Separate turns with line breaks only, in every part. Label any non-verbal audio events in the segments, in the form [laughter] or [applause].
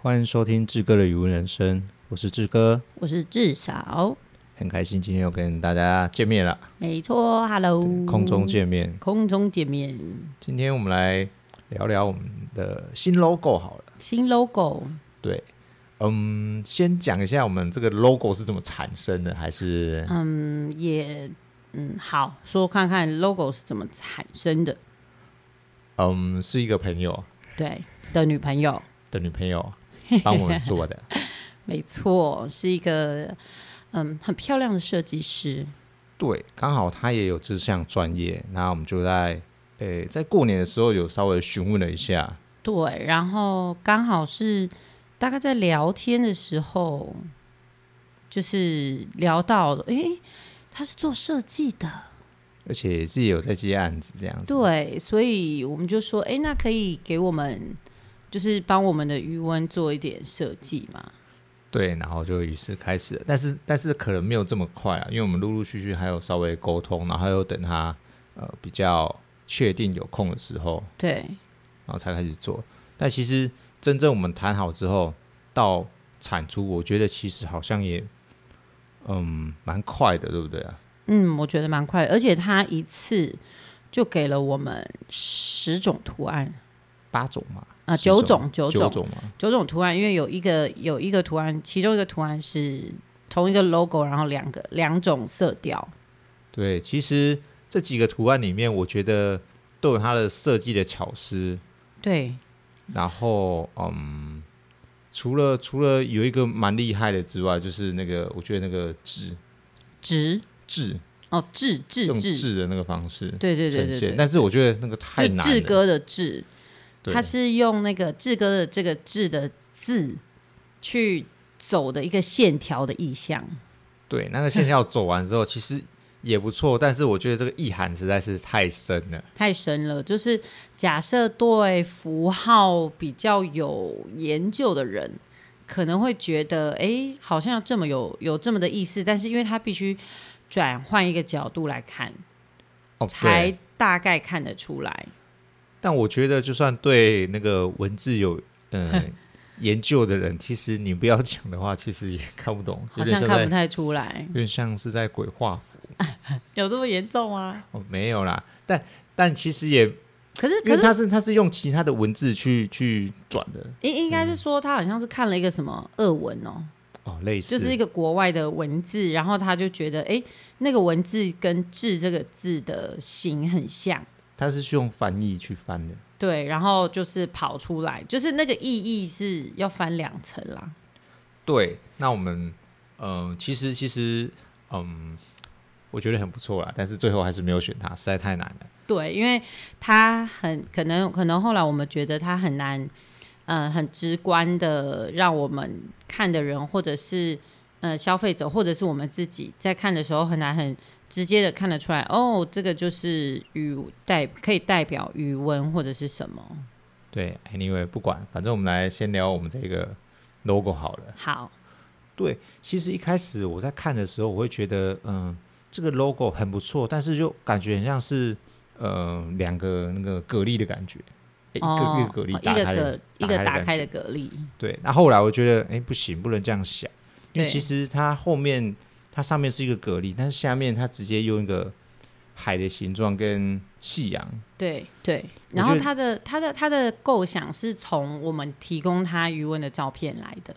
欢迎收听志哥的语文人生，我是志哥，
我是至少，
很开心今天又跟大家见面了，
没错，Hello，
空中见面。
空中见面，
今天我们来聊聊我们的新 logo 好了，
新 logo，
对，嗯，先讲一下我们这个 logo 是怎么产生的，还是
嗯，也嗯好，说看看 logo 是怎么产生的，
嗯是一个朋友
对的女朋友，
的女朋友帮我们做的，
没错，是一个嗯很漂亮的设计师，
对，刚好他也有这项专业，那我们就在诶在过年的时候有稍微询问了一下，
对，然后刚好是大概在聊天的时候，就是聊到诶，他是做设计的，
而且自己有在接案子这样子，
对，所以我们就说，哎，那可以给我们，就是帮我们的余温做一点设计嘛？
对，然后就于是开始了，但是但是可能没有这么快啊，因为我们陆陆续续还有稍微沟通，然后又等他呃比较确定有空的时候，
对，
然后才开始做。但其实真正我们谈好之后到产出，我觉得其实好像也嗯蛮快的，对不对啊？
嗯，我觉得蛮快的，而且他一次就给了我们十种图案
八种嘛
啊，
十
九种，九
九
种，
种嘛，
九种图案，因为有一个有一个图案，其中一个图案是同一个 logo，然后两个两种色调，
对，其实这几个图案里面，我觉得都有它的设计的巧思，
对，
然后嗯，除了除了有一个蛮厉害的之外，就是那个我觉得那个制
直
制
哦，志志
用
志，
制的那个方式
对对
呈
对
现，
对对，
但是我觉得那个太
就
难
志
了。
哥的志。
对
他是用那个志哥的这个志的字去走的一个线条的意象。
对那个线条走完之后，其实也不错，但是我觉得这个意涵实在是太深了。
太深了，就是假设对符号比较有研究的人，可能会觉得，哎，好像这么有有这么的意思，但是因为他必须转换一个角度来看，
哦，
才
对。
大概看得出来。
但我觉得，就算对那个文字有嗯、
[laughs]
呃研究的人，其实你不要讲的话，其实也看不懂，有
好
点
像
像
看
在
不太出来，
有点像是在鬼画符。
有这么严重吗？
哦，没有啦，但但其实也
可是，
因
可
为
是
它是它是用其他的文字去去转的
应应该是说，他好像是看了一个什么俄文哦，
哦，类似
就是一个国外的文字，然后他就觉得，哎，那个文字跟“字”这个字的形很像，
它是用翻译去翻的，
对，然后就是跑出来，就是那个意义是要翻两层啦。
对。那我们嗯、呃其实其实嗯，我觉得很不错啦，但是最后还是没有选它，实在太难了。
对，因为他很可能，可能后来我们觉得他很难，呃，很直观的让我们看的人，或者是呃消费者，或者是我们自己在看的时候，很难很直接的看得出来，哦，这个就是语代可以代表语文或者是什么。
对，anyway 不管，反正我们来先聊我们这个 logo 好了。
好，
对，其实一开始我在看的时候，我会觉得，嗯，这个 logo 很不错，但是就感觉很像是，呃，两个那个蛤蜊的感觉，诶一个、
哦，
一个蛤蜊
哦
打
一
开的
个一个打
打开
开
的
的蛤蜊，
对，那后来我觉得，哎、不行，不能这样想，因为
对
其实它后面它上面是一个蛤蜊，但是下面它直接用一个海的形状跟夕阳，
对对，
我
然
觉
后
得
他的他的他的构想是从我们提供他余文的照片来的，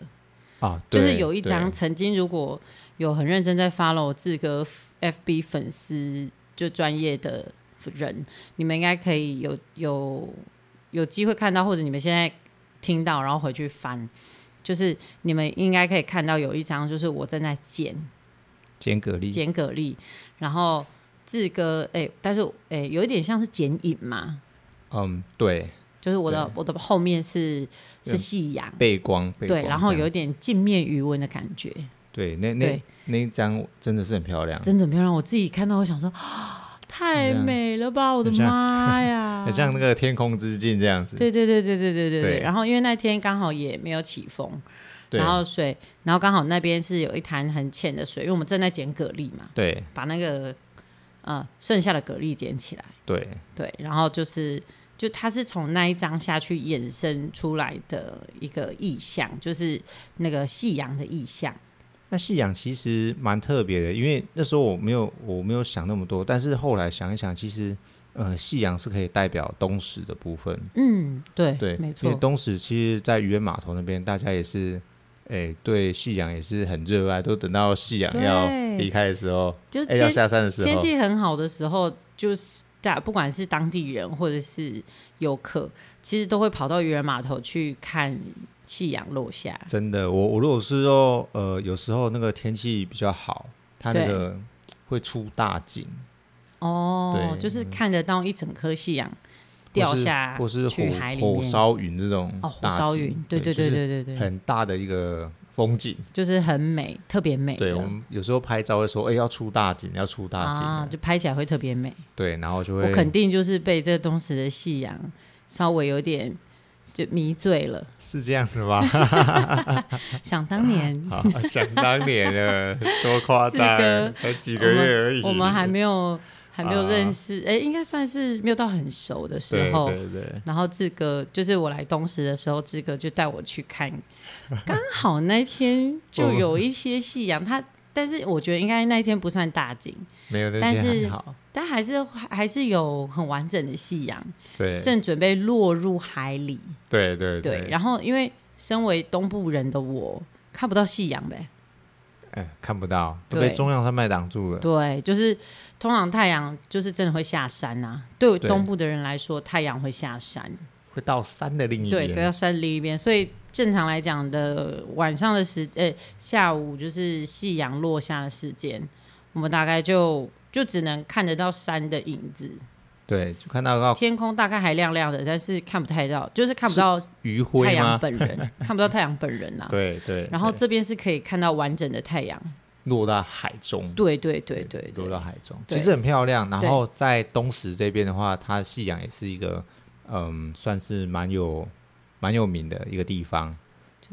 啊，
就是
对
有一
对
张曾经如果有很认真在 follow 志哥 FB 粉丝就专业的人，你们应该可以有有有机会看到，或者你们现在听到，然后回去翻，就是你们应该可以看到有一张就是我正在剪
煎蛤蜊，
剪蛤蜊，然后志哥哎、但是哎、有一点像是剪影嘛。
嗯，对，
就是我的
对
我的后面是
有
是夕阳，
背光，背光
对，然后
这样嗯
有一点镜面余温的感觉，
对那那
对
那一张真的是很漂亮，
真的很漂亮。我自己看到，我想说，啊太美了吧，我的
很像
妈呀！
[laughs] 很像那个天空之镜这样子，
对对对对对对对
对
对。然后因为那天刚好也没有起风，
对
然后水，然后刚好那边是有一潭很浅的水，因为我们正在捡蛤蜊嘛，
对
把那个呃剩下的蛤蜊捡起来，
对
对，然后就是就它是从那一张下去衍生出来的一个意象，就是那个夕阳的意象。
那信仰其实蛮特别的，因为那时候我没有我没有想那么多，但是后来想一想，其实呃，信仰是可以代表东石的部分，
嗯，对，
对，
没
因为
错，
东石其实，在渔人码头那边，大家也是，哎、对信仰也是很热爱，都等到信仰
对
要离开的时候，
就是
哎、要
天
下山的时
天
候，
气很好的时候，就是大不管是当地人或者是游客，其实都会跑到渔人码头去看夕阳落下。
真的，我我如果是说，呃，有时候那个天气比较好，它那
对
个会出大景，
哦
对，嗯
就是看得到一整颗夕阳
或
掉
是
下
或是
去海里
火火
面。
烧云这种
哦，火
大
烧
景
云，对对
就
对
是
对对对，
很大的一个风景。
就是很美，特别美的。
对我们有时候拍照会说，哎、要出大景，要出大景了、
啊，就拍起来会特别美。
对，然后就
我
会
肯定就是被这东时的夕阳稍微有点就迷醉了。
是这样子
[laughs]
吗？
想当年，
好，想当年了，多夸
这
张
个，
才几个月而已。
我们还没有还没有
啊
认识，哎、应该算是没有到很熟的时
对
候。
对对，
然后志哥就是我来东石的时候，志哥就带我去看，刚好那天就有一些夕阳，他但是我觉得应该那一天不算大景，
没有那
但
些
是
很好。
但还是还是有很完整的夕阳，
对
正准备落入海里。
对对
对，，然后因为身为东部人的我看不到夕阳呗，
哎、看不到，都被
对
中央山脉挡住了。
对，就是通常太阳就是真的会下山呐、对我
对
东部的人来说，太阳会下山，
会到山的另一
对，
边。
都要山另一边，所以正常来讲的晚上的时，呃、下午就是夕阳落下的时间，我们大概就就只能看得到山的影子，
对就看到到
天空大概还亮亮的，但是看不太到，就是看不到
余
太
晖
阳
吗？
本人，看不到太阳本人呐、
[laughs] 对对，
然后
对
这边是可以看到完整的太阳，
落到海中。
对对对对
落
对
到海中，
对
其实很漂亮。然后在东石这边的话，它夕阳也是一个，嗯，算是蛮有蛮有名的一个地方。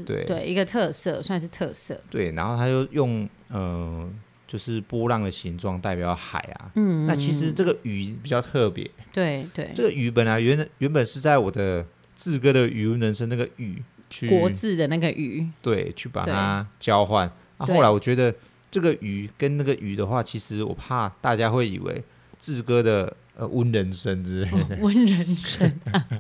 对
对，一个特色算是特色，
对，然后它就用呃，就是波浪的形状代表海啊。
嗯，
那其实这个鱼比较特别，
对对，
这个鱼本来原原本是在我的志哥的语文人生那个鱼去
国字的那个鱼，
对，去把
对
它交换。啊，
对
后来我觉得这个鱼跟那个鱼的话，其实我怕大家会以为志哥的呃温人参之
[laughs]
类的，
温人参
[laughs]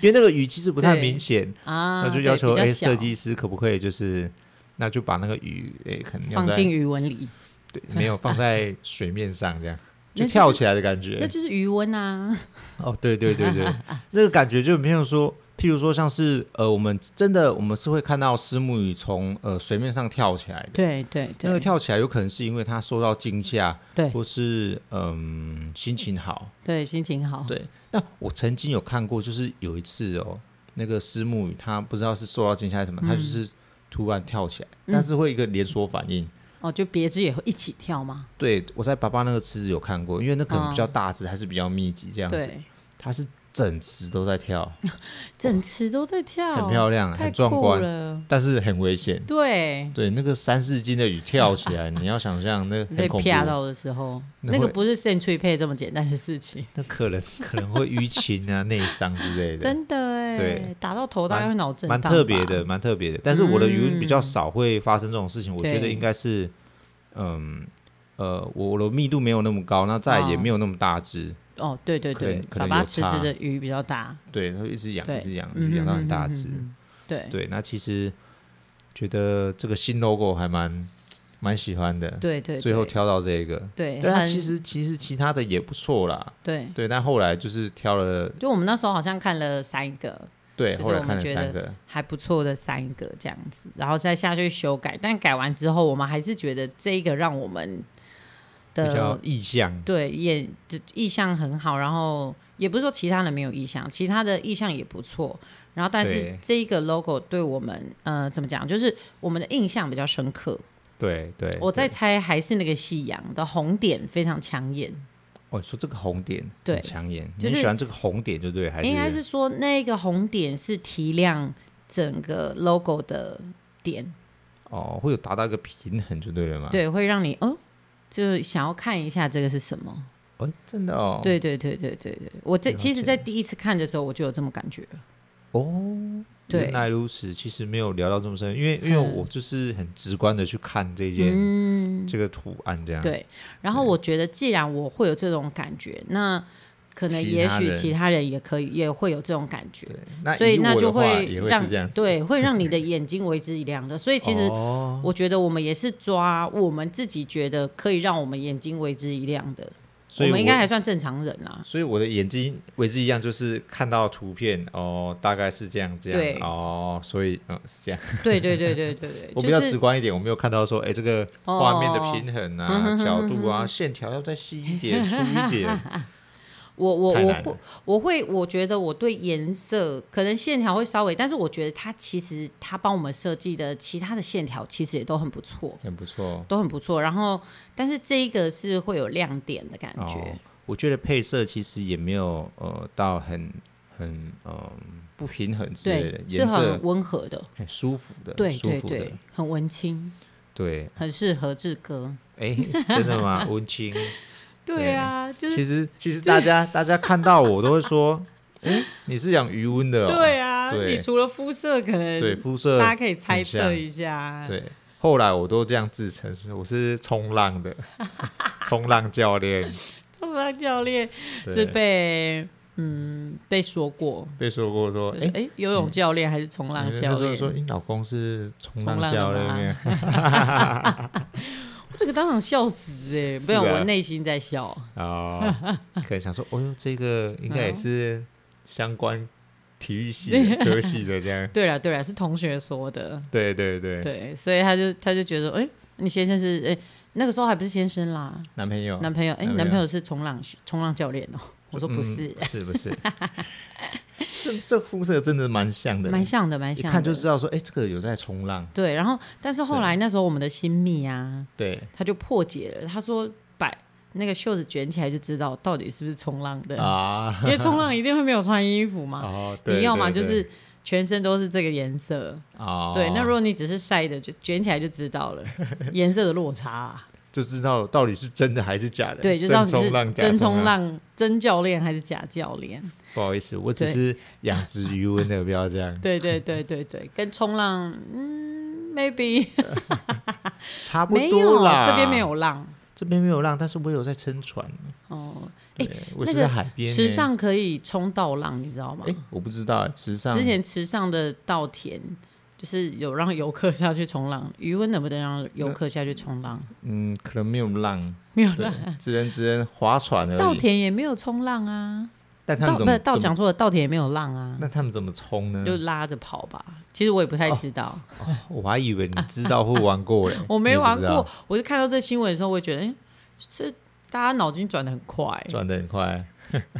因为那个鱼其实不太
对
明显，
啊，
那就
对
要求
比较
哎
小
设计师可不可以就是。那就把那个鱼诶、可能要
放
在
进鱼纹里，
对没有放在水面上这样，
[laughs]
就
那就是
跳起来的感觉。
那就是鱼温啊，
哦，对对对对，那个感觉就没有说，譬如说像是呃，我们真的我们是会看到石母鱼从呃水面上跳起来的。
[laughs] 对对
那个
对
跳起来有可能是因为它受到惊吓，
对
或是嗯心情好。
对，心情好，
对，那我曾经有看过，就是有一次哦，那个石母鱼它不知道是受到惊吓还是
嗯
什么，它就是突然跳起来，但是会有一个连锁反应。
哦，就别枝也会一起跳嘛，
对我在爸爸那个池子有看过，因为那可能比较大只，还是比较密集这样子，
对，
它是整池都在跳，
整池都在跳，
很漂亮，
哦
啊
太
很壮
酷
观，
了，
但是很危险。
对。
对，那个三四斤的鱼跳起来，你要想象那
被
很恐怖，
啪到的时候，
那
那个
会
不是 century 配这么简单的事情，
那可能可能会淤青啊、内伤之类的，
真的哎，
对，
打到头大概会脑震
蛮
荡吧，嗯
特别的，蛮特别的。但是我的语文比较少会发生这种事情，我觉得
对
应该是，嗯呃，我的密度没有那么高，那再也
哦
没有那么大只，
哦，对对
可
对
能，可
爸
能
爸
有
池
差
子的鱼比较大，
对，它就一直养，
对
一直养，
嗯
养到
哼
很大
哼
只
哼。哼对
对，那其实觉得这个新 logo 还蛮蛮喜欢的，
对对，
最后
对
挑到这个。
对，
但它
很
其实其实其他的也不错啦，
对，
对，但后来就是挑了，
就我们那时候好像看了三个
对，
就是
后来
我们
看了
觉
三
得
个，
还不错的三个这样子，然后再下去修改，但改完之后，我们还是觉得这一个让我们
比较
的
意向，
对也就意向很好，然后也不是说其他的没有意向，其他的意向也不错。然后，但是
对
这一个 logo 对我们，呃，怎么讲，就是我们的印象比较深刻。
对对。
我在
对
猜还是那个夕阳的红点非常抢眼，
哦，你说这个红点
对
很抢眼，
就是
你喜欢这个红点就对，还是
应该是说那个红点是提亮整个 logo 的点，
哦，会有达到一个平衡就对了嘛？，
对，会让你哦，就是想要看一下这个是什么。
哎、真的哦，
对对对对对对，我这
了
其实，
解
在第一次看的时候，我就有这么感觉了。
哦，
对
原来如此。其实没有聊到这么深，因为因为
嗯
我就是很直观的去看这件、
嗯，
这个图案这样。，
对。然后我觉得，既然我会有这种感觉，那可能
其
也
他
许
人
其他人也可以也会有这种感觉，
对那
所以
以我
那
的
就
话
会
也会
让
是这样子。 [laughs]
对，会让你的眼睛为之一亮的。所以其实
哦，
我觉得我们也是抓我们自己觉得可以让我们眼睛为之一亮的，
所以
我们应该还算正常人
[laughs]
啦。
所以我的眼睛为之一样，就是看到图片哦，大概是这样这
对
样哦，所以嗯是这样。
对对对对对对，
我比
就
较
是
直观一点，我没有看到说，哎，这个
哦
画面的平衡
[laughs] 嗯
啊、
哼
角度啊、线条要再细一点、粗一
[laughs]
点。
我我
太
我
难
会
了
我会我觉得我对颜色可能线条会稍微，但是我觉得它其实它帮我们设计的其他的线条其实也都很不错，
很不错。
都很不错。然后，但是这一个是会有亮点的感觉，
哦，我觉得配色其实也没有呃到很很嗯、不平衡之类的
对，，是
颜色
很温和的，
很舒服的，
对
舒
对
服的，
对，很文青，
对，
很适合志哥。
哎、真的吗？文青，
对啊， [laughs] 就
其
是
实其实大家大家看到我都会说， [laughs] 哎、你是养余温的、哦，
对啊，
对
你除了肤色，可能
对肤色
大家可以猜测
很像
一下，
对。后来我都这样自称，是我是冲浪的 [laughs] 冲浪教练，
冲浪教练是
对
被嗯被说过，
被说过说，
哎、
哎、嗯
诶游泳教练还是冲浪
那
教
时候
练？
说你老公是冲
冲
浪
浪的
教
吗 [laughs]
练，
这个当场笑死哎、
是
没有，
啊
我内心在笑。
哦，可能想说，哦呦，这个应
嗯
该也是相关体育系的、
[laughs]
科系的这样。
对了对了，是同学说的，
对对对，
对，所以他就他就觉得，哎、你先生是哎、那个时候还不是先生啦，
男朋友，
男朋友哎、
哦男朋友
男朋友是冲浪冲浪教练哦、我说
嗯
不是，
是不
[laughs]
是？这这肤色真的蛮像的，
蛮像的，蛮
一
像的，
看就知道说，哎，这个有在冲浪。
对。然后，但是后来那时候我们的新密啊，
对
他就破解了，他说摆那个袖子卷起来就知道到底是不是冲浪的，
啊，
[laughs] 因为冲浪一定会没有穿衣服嘛，
哦， [laughs] 对，
你要么
对
就
对
是全身都是这个颜色，
哦，
对。那如果你只是晒的，就卷起来就知道
[laughs]
了颜色的落差啊、
就知道到底是真的还是假的，
对，就知道
真
你是
冲浪，假
真冲
冲。
浪、真教练还是假教练。
不好意思，我只
对
是养殖鱼温的，不要这
[laughs]
样，
对对对对
[laughs]
对，跟冲浪，嗯，maybe
差不
没有
多
啊
啦。
这边没，有浪
这边没有浪，但是我有在撑船。
哦。
对，我
那
是
个
在海边呢。
池上可以冲到浪，你知道吗
哎、？我不知道欸，池上
之前池上的稻田。就是有让游客下去冲浪，余温能不能让游客下去冲浪？
嗯，可能没有浪，
没有
对
浪，，
只能只能划船而
稻
已。
田也没有冲浪啊。
但他们
稻不
怎么
是稻
怎么
讲错了，稻田也没有浪啊，
那他们怎么冲呢？
就拉着跑吧。其实我也不太知道，，
嗯哦我还以为你知道或玩过嘞
[laughs] 我没
你也不
玩
知道
过，，我就看到这新闻的时候，我也觉得，哎、这大家脑筋转的很快。
转的很快。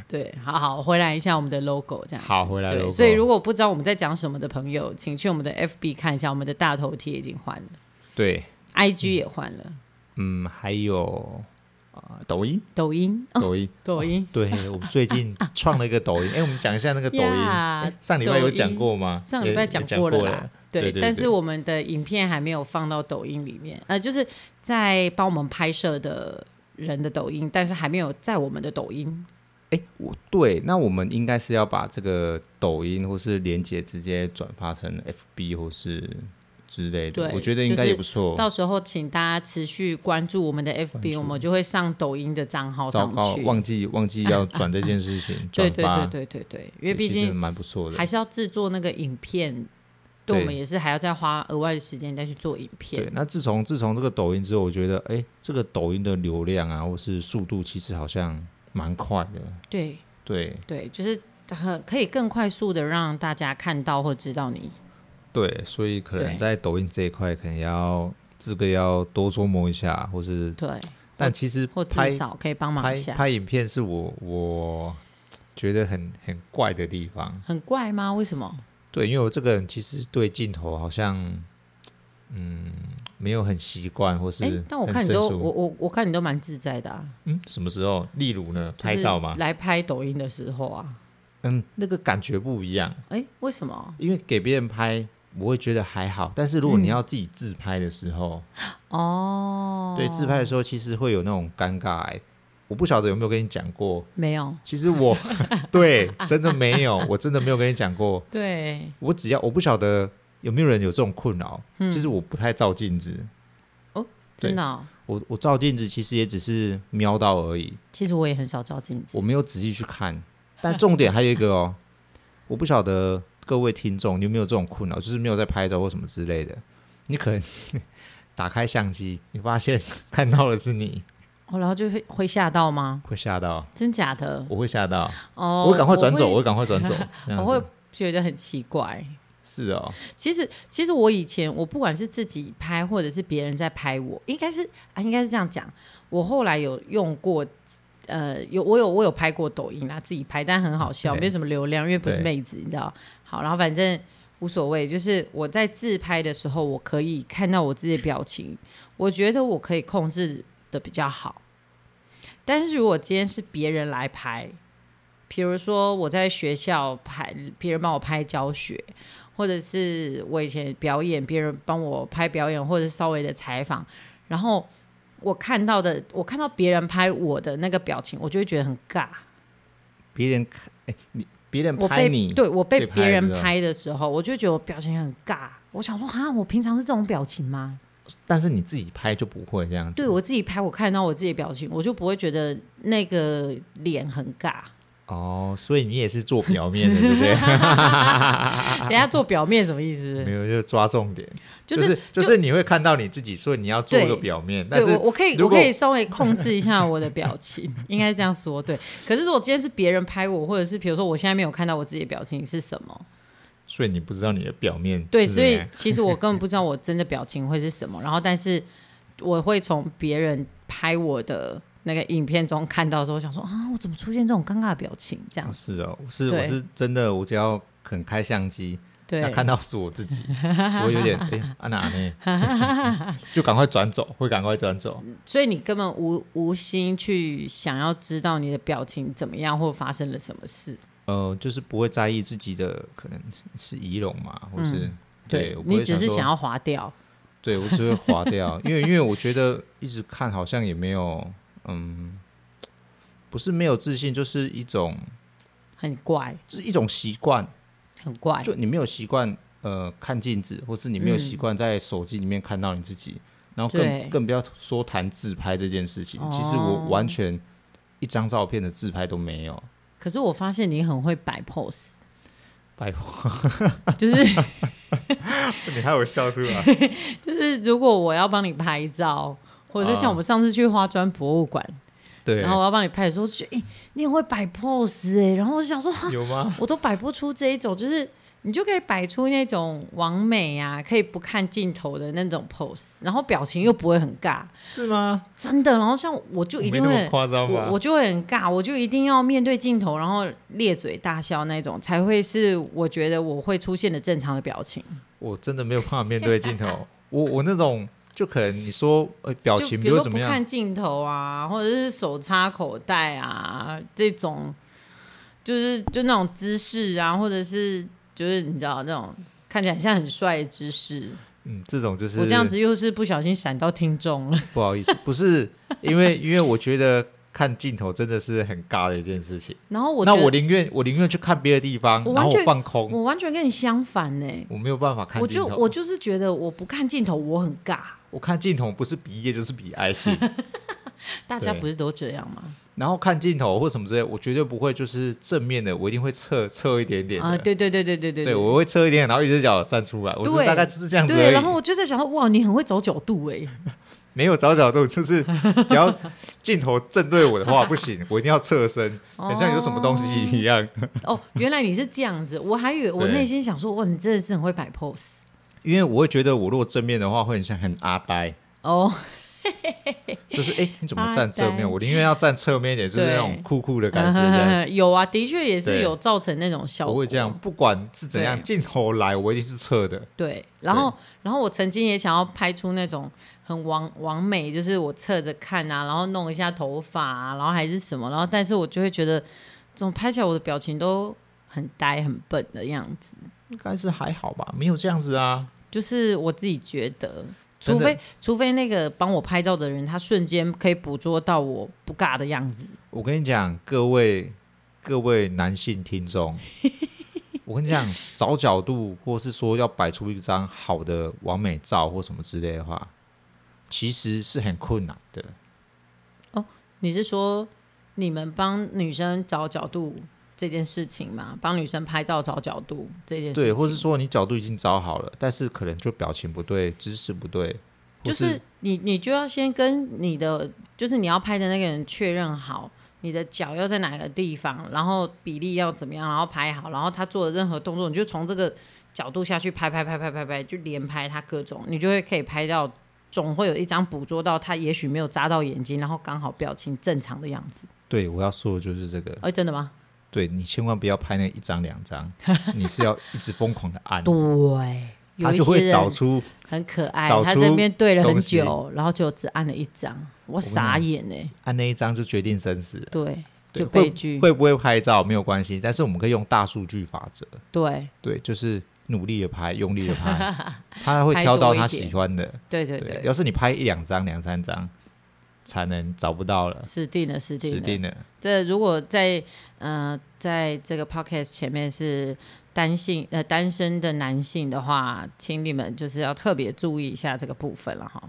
对，好好回来一下我们的 logo 这样。
好，回来
对，
了。
所以如果不知道我们在讲什么的朋友，请去我们的 FB 看一下，我们的大头贴已经换了
对，
，IG 也换了，
嗯，还有啊、抖音，
抖音，
抖音，
抖
[laughs]
音
对我们最近创了一个抖音。哎、我们讲一下那个抖音。
呀
哎上礼拜有讲
抖音
过吗？
上
也
礼拜
也讲
过了啦
了。，对对
但
对
是我们的影片还没有放到抖音里面，呃，就是在帮我们拍摄的人的抖音，但是还没有在我们的抖音。
哎、我对，那我们应该是要把这个抖音或是连接直接转发成 FB 或是之类的，
对
我觉得
就
应该
是
也不错。
到时候请大家持续关注我们的 FB，我们就会上抖音的账号
糟
上
糕，
去。
忘记忘记要转这件事情，
对
转
对
发，
[laughs] 对对对对，因为
对
毕
其实
竟
蛮不错的
还。是要制作那个影片，对我
对
们也是还要再花额外的时间再去做影
对
片，。
那自从自从这个抖音之后，我觉得哎、这个抖音的流量啊，或是速度，其实好像蛮快的。
对
对
对，就是很可以更快速的让大家看到或知道你。
对，所以可
对
能在抖音这一块，可能要这个要多琢磨一下，或是
对，
但其实
或
拍
至少可以帮忙
拍
一下。
拍影片是我我觉得很很怪的地方，
很怪吗？为什么？
对，因为我这个人其实对镜头好像，嗯，没有很习惯，或是
哎、
很
但我看你都，
生疏
我我我看你都蛮自在的啊，
嗯，什么时候？例如呢，
就是
拍照嘛，
来拍抖音的时候啊，
嗯，那个感觉不一样，
哎、为什么？
因为给别人拍。我会觉得还好，但是如果
嗯
你要自己自拍的时候，
哦，
对自拍的时候，其实会有那种尴尬、哎我不晓得有没有跟你讲过，
没有，
其实我对真的没有，我真的没有跟你讲过。
对，
我只要我不晓得有没有人有这种困扰，其实我不太照镜子，对
真的哦、
我我照镜子其实也只是瞄到而已，
其实我也很少照镜子
我，没有仔细去看。但重点还有一个哦，我不晓得各位听众你有没有这种困扰，就是没有在拍照或什么之类的，你可能 [laughs] 打开相机，你发现 [laughs] 看到的是你，
哦，然后就会会吓到吗？
会吓到，
真假的？
我会吓到，
哦，
我会赶快转走，我
我
会赶快
[laughs]
转走，这
会
样
我会
子
觉得很奇怪。
是哦，
其实，其实我以前我不管是自己拍，或者是别人在拍我，应该是啊，应该是这样讲。我后来有用过，呃，有我有我有拍过抖音啦，自己拍，但很好笑，
对
没有什么流量，因为不是
对
妹子，你知道。好，然后反正无所谓，就是我在自拍的时候，我可以看到我自己的表情，我觉得我可以控制的比较好。但是如果今天是别人来拍，比如说我在学校拍，别人帮我拍教学，或者是我以前表演，别人帮我拍表演，或者是稍微的采访，然后我看到的，我看到别人拍我的那个表情，我就会觉得很尬。
别人看，哎，你别人
我
拍
被
你，
对我被
被拍
别人
是吧
拍的时候，我就觉得我表情很尬。我想说，哈，我平常是这种表情吗？
但是你自己拍就不会这样子，
对我自己拍，我看到我自己的表情，我就不会觉得那个脸很尬。
哦，所以你也是做表面的，对不
[laughs]
对？
人家做表面什么意
啊 [laughs] 没
思？
有，就是抓重点，
就
就是是就是你会看到你自己，所以你要做
对
个表面，但
对
是
我，我可以，
如
我
果
可以稍微控制一下我的表情，应该这样说对。可是如果今天是别人拍我，或者是比如说我现在没有看到我自己的表情是什么，
所以你不知道你的表面
对，
是欸
所以
怎样
其实我根本不知道我真的表情会是什么。然后，但是我会从别人拍我的那个影片中看到的时候，我想说啊，我怎么出现这种尴尬的表情？这样
哦
子，
是哦，是
对
我是真的，我只要肯开相机，
对
那，看到是我自
[laughs]
己，我有点哎啊哪呢， [laughs] 就赶快转走，会赶快转走。
所以你根本无无心去想要知道你的表情怎么样或发生了什么事。
呃，就是不会在意自己的可能是仪容嘛，或是、对我不会
嗯你只是
说
想要划掉，
对我只会划掉，因为因为我觉得一直看好像也没有，嗯，不是没有自信，就是一种
很怪，
是一种习惯，
很怪。
就你没有习惯呃看镜子，或是你没有
哎嗯
习惯在手机里面看到你自己，然后
对
更更不要说谈自拍这件事情。其实
哦
我完全一张照片的自拍都没有，
可是我发现你很会摆 pose，
拜托，
就是
[laughs]
[laughs]
你害我笑出来。
就是，如果我要帮你拍照，或者是像
啊
我们上次去花砖博物馆，
[laughs] 对
然，后我要帮你拍的时候，就觉得哎、你很会摆 pose 哎、然后我就想说，哈，
有吗？
我都摆不出这一种，就是你就可以摆出那种完美啊，可以不看镜头的那种 pose，然后表情又不会很尬，
是吗？
真的。然后像我就一
没
定
那
会
么。夸张吧
我我？就会很尬，我就一定要面对镜头，然后咧嘴大笑那种，才会是我觉得我会出现的正常的表情。
我真的没有办法面对镜
[laughs]
头，我我那种就可能你说呃表
就
情
比
没
如
有
说
怎
不
么样，
看镜头啊，或者是手插口袋啊这种，就是就那种姿势啊，或者是就是你知道那种看起来很像很帅的姿势。
嗯，这种就是
我这样子又是不小心闪到听众了， [laughs]
不好意思， [laughs] 不是因为因为我觉得看镜头真的是很尬的一件事情。
然后我
那
觉得
我宁愿我宁愿去看别的地方，
我完
然后
全
我放空，
我完全跟你相反呢、
我没有办法看
我
镜
就
头。
我就是觉得我不看镜头我很尬，
我看镜头不是比耶就是比爱
[laughs]
心，
大家
对
不是都这样吗？
然后看镜头或什么之类，我绝对不会就是正面的，我一定会侧侧一点点的。
啊，对对对对对对
对我会侧一点，然后一只脚站出来，我就
对
大概就是这样子而已。
对，然后我就在想说，哇，你很会走角度哎、
没有找角度，
[laughs]
就是只要镜头正对我的话不行，我一定要侧身，很像有什么东西一样。
哦，原来你是这
[laughs]
样子，我还以为我
对
内心想说，哇，你真的是很会摆 pose
[laughs] 因为我会觉得，我如果正面的话，会很像很阿呆，
哦，
就是哎、诶你怎
阿
么
呆
站正面？我宁愿要站侧面一点，就是
对
那种酷酷的感觉这样子。
[laughs] 有啊，的确也是
对
有造成那种效果。
我会
[laughs]
这样，不管是怎样，
对
镜头来我一定是侧的。
对，然后然后我曾经也想要拍出那种很完完美，就是我侧着看啊，然后弄一下头发啊，然后还是什么，然后但是我就会觉得，怎么拍起来我的表情都很呆很笨的样子，
应该是还好吧，没有这样子啊。
就是我自己觉得，
真
除
的
非除非那个帮我拍照的人，他瞬间可以捕捉到我不尬的样子。
我跟你讲，各位各位男性听
[laughs]
众，我跟你讲，找角度或是说要摆出一张好的完美照或什么之类的话，其实是很困难的。
你是说你们帮女生找角度这件事情吗？帮女生拍照找角度这件事情，
对，或是说你角度已经找好了，但是可能就表情不对，姿势不对，或
就是是你你就要先跟你的就是你要拍的那个人确认好。你的脚要在哪个地方，然后比例要怎么样，然后拍好，然后他做的任何动作，你就从这个角度下去拍拍拍拍拍拍，就连拍他各种，你就会可以拍到，总会有一张捕捉到他也许没有扎到眼睛，然后刚好表情正常的样子。
对我要说的就是这个。
哎、真的吗？
对你千万不要拍那一张两
[laughs]
张，你是要一直疯狂的按，
对，有
他
一
就
些
会
人
找出
很可爱，
找
他
出
这边对了很
东西
久，然后就只按了一张，我
跟你
傻
讲
眼哎、
按啊那一张就决定生死。
对，
对
就悲剧，
会不会拍照没有关系，但是我们可以用大数据法则，
对，
对，就是努力的拍，用力的
[laughs]
拍，他会
拍
挑到
多一
他
点
喜欢的。
对对对，
要是你拍一两张、两三张，才能找不到了，
死定了，死定
死
了。
定了。
这如果在呃，在这个 podcast 前面是单性呃单身的男性的话，请你们就是要特别注意一下这个部分了哈，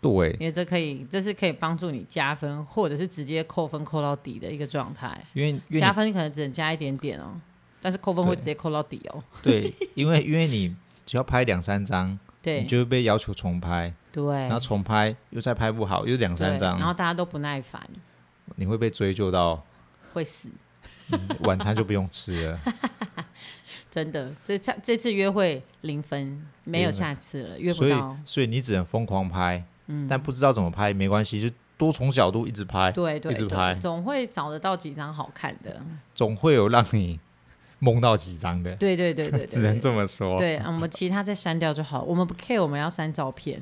对，
因为这可以这是可以帮助你加分，或者是直接扣分扣到底的一个状态。
因为因为
加
你
分可能只能加一点点哦，但是扣分会
对
直接扣到底哦。
对，因为因为你只要拍两三张，
[laughs] 对
你就会被要求重拍，
对
然后，重拍又再拍不好，又两
对
三
然后
张，
大家都不耐烦，
你会被追究到
会死。
晚餐就不用吃了。
真的，这次这次约会零分，没有
零分
下次了， [laughs] 约不
所以
到。嗯
所以你只能疯狂拍，但不知道怎么拍没关系，就多重角度一直拍，
对对
一直
对
拍，
总会找得到几张好看的。
总会有让你梦到几张的，
对对对对
[laughs]
对，
只能这么说。
对，啊我们其他再删掉就好。我们不 care 我们要删照片，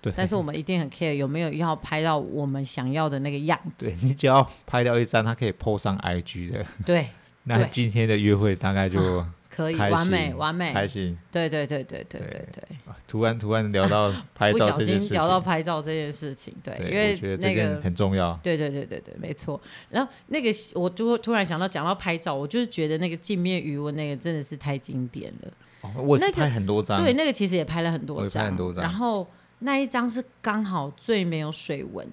对，
但是我们一定很 care 有没有要拍到我们想要的那个样子。
对你只要拍掉一张，它可以 PO 上 IG 的，
对，
那
对啊
今天的约会大概就
可以，
开
完
心
美完美。
开心。
对对对对对对
对
对，
啊突然突然聊到
[laughs]
拍
不
照
小
这件事
心聊到
情，
拍照这件事情，对，
对，
因
我
为
觉得这
那
件
个哦
很重要。
对对对对对，没错。然后那个我突突然想到，讲到拍照，我就是觉得那个镜面余温那个真的是太经典了。
哦我也
那
是
个
拍很多张
对，，那个其实也拍了很
我
多
也拍
张，
很多张
然后那一张是刚好最没有水纹，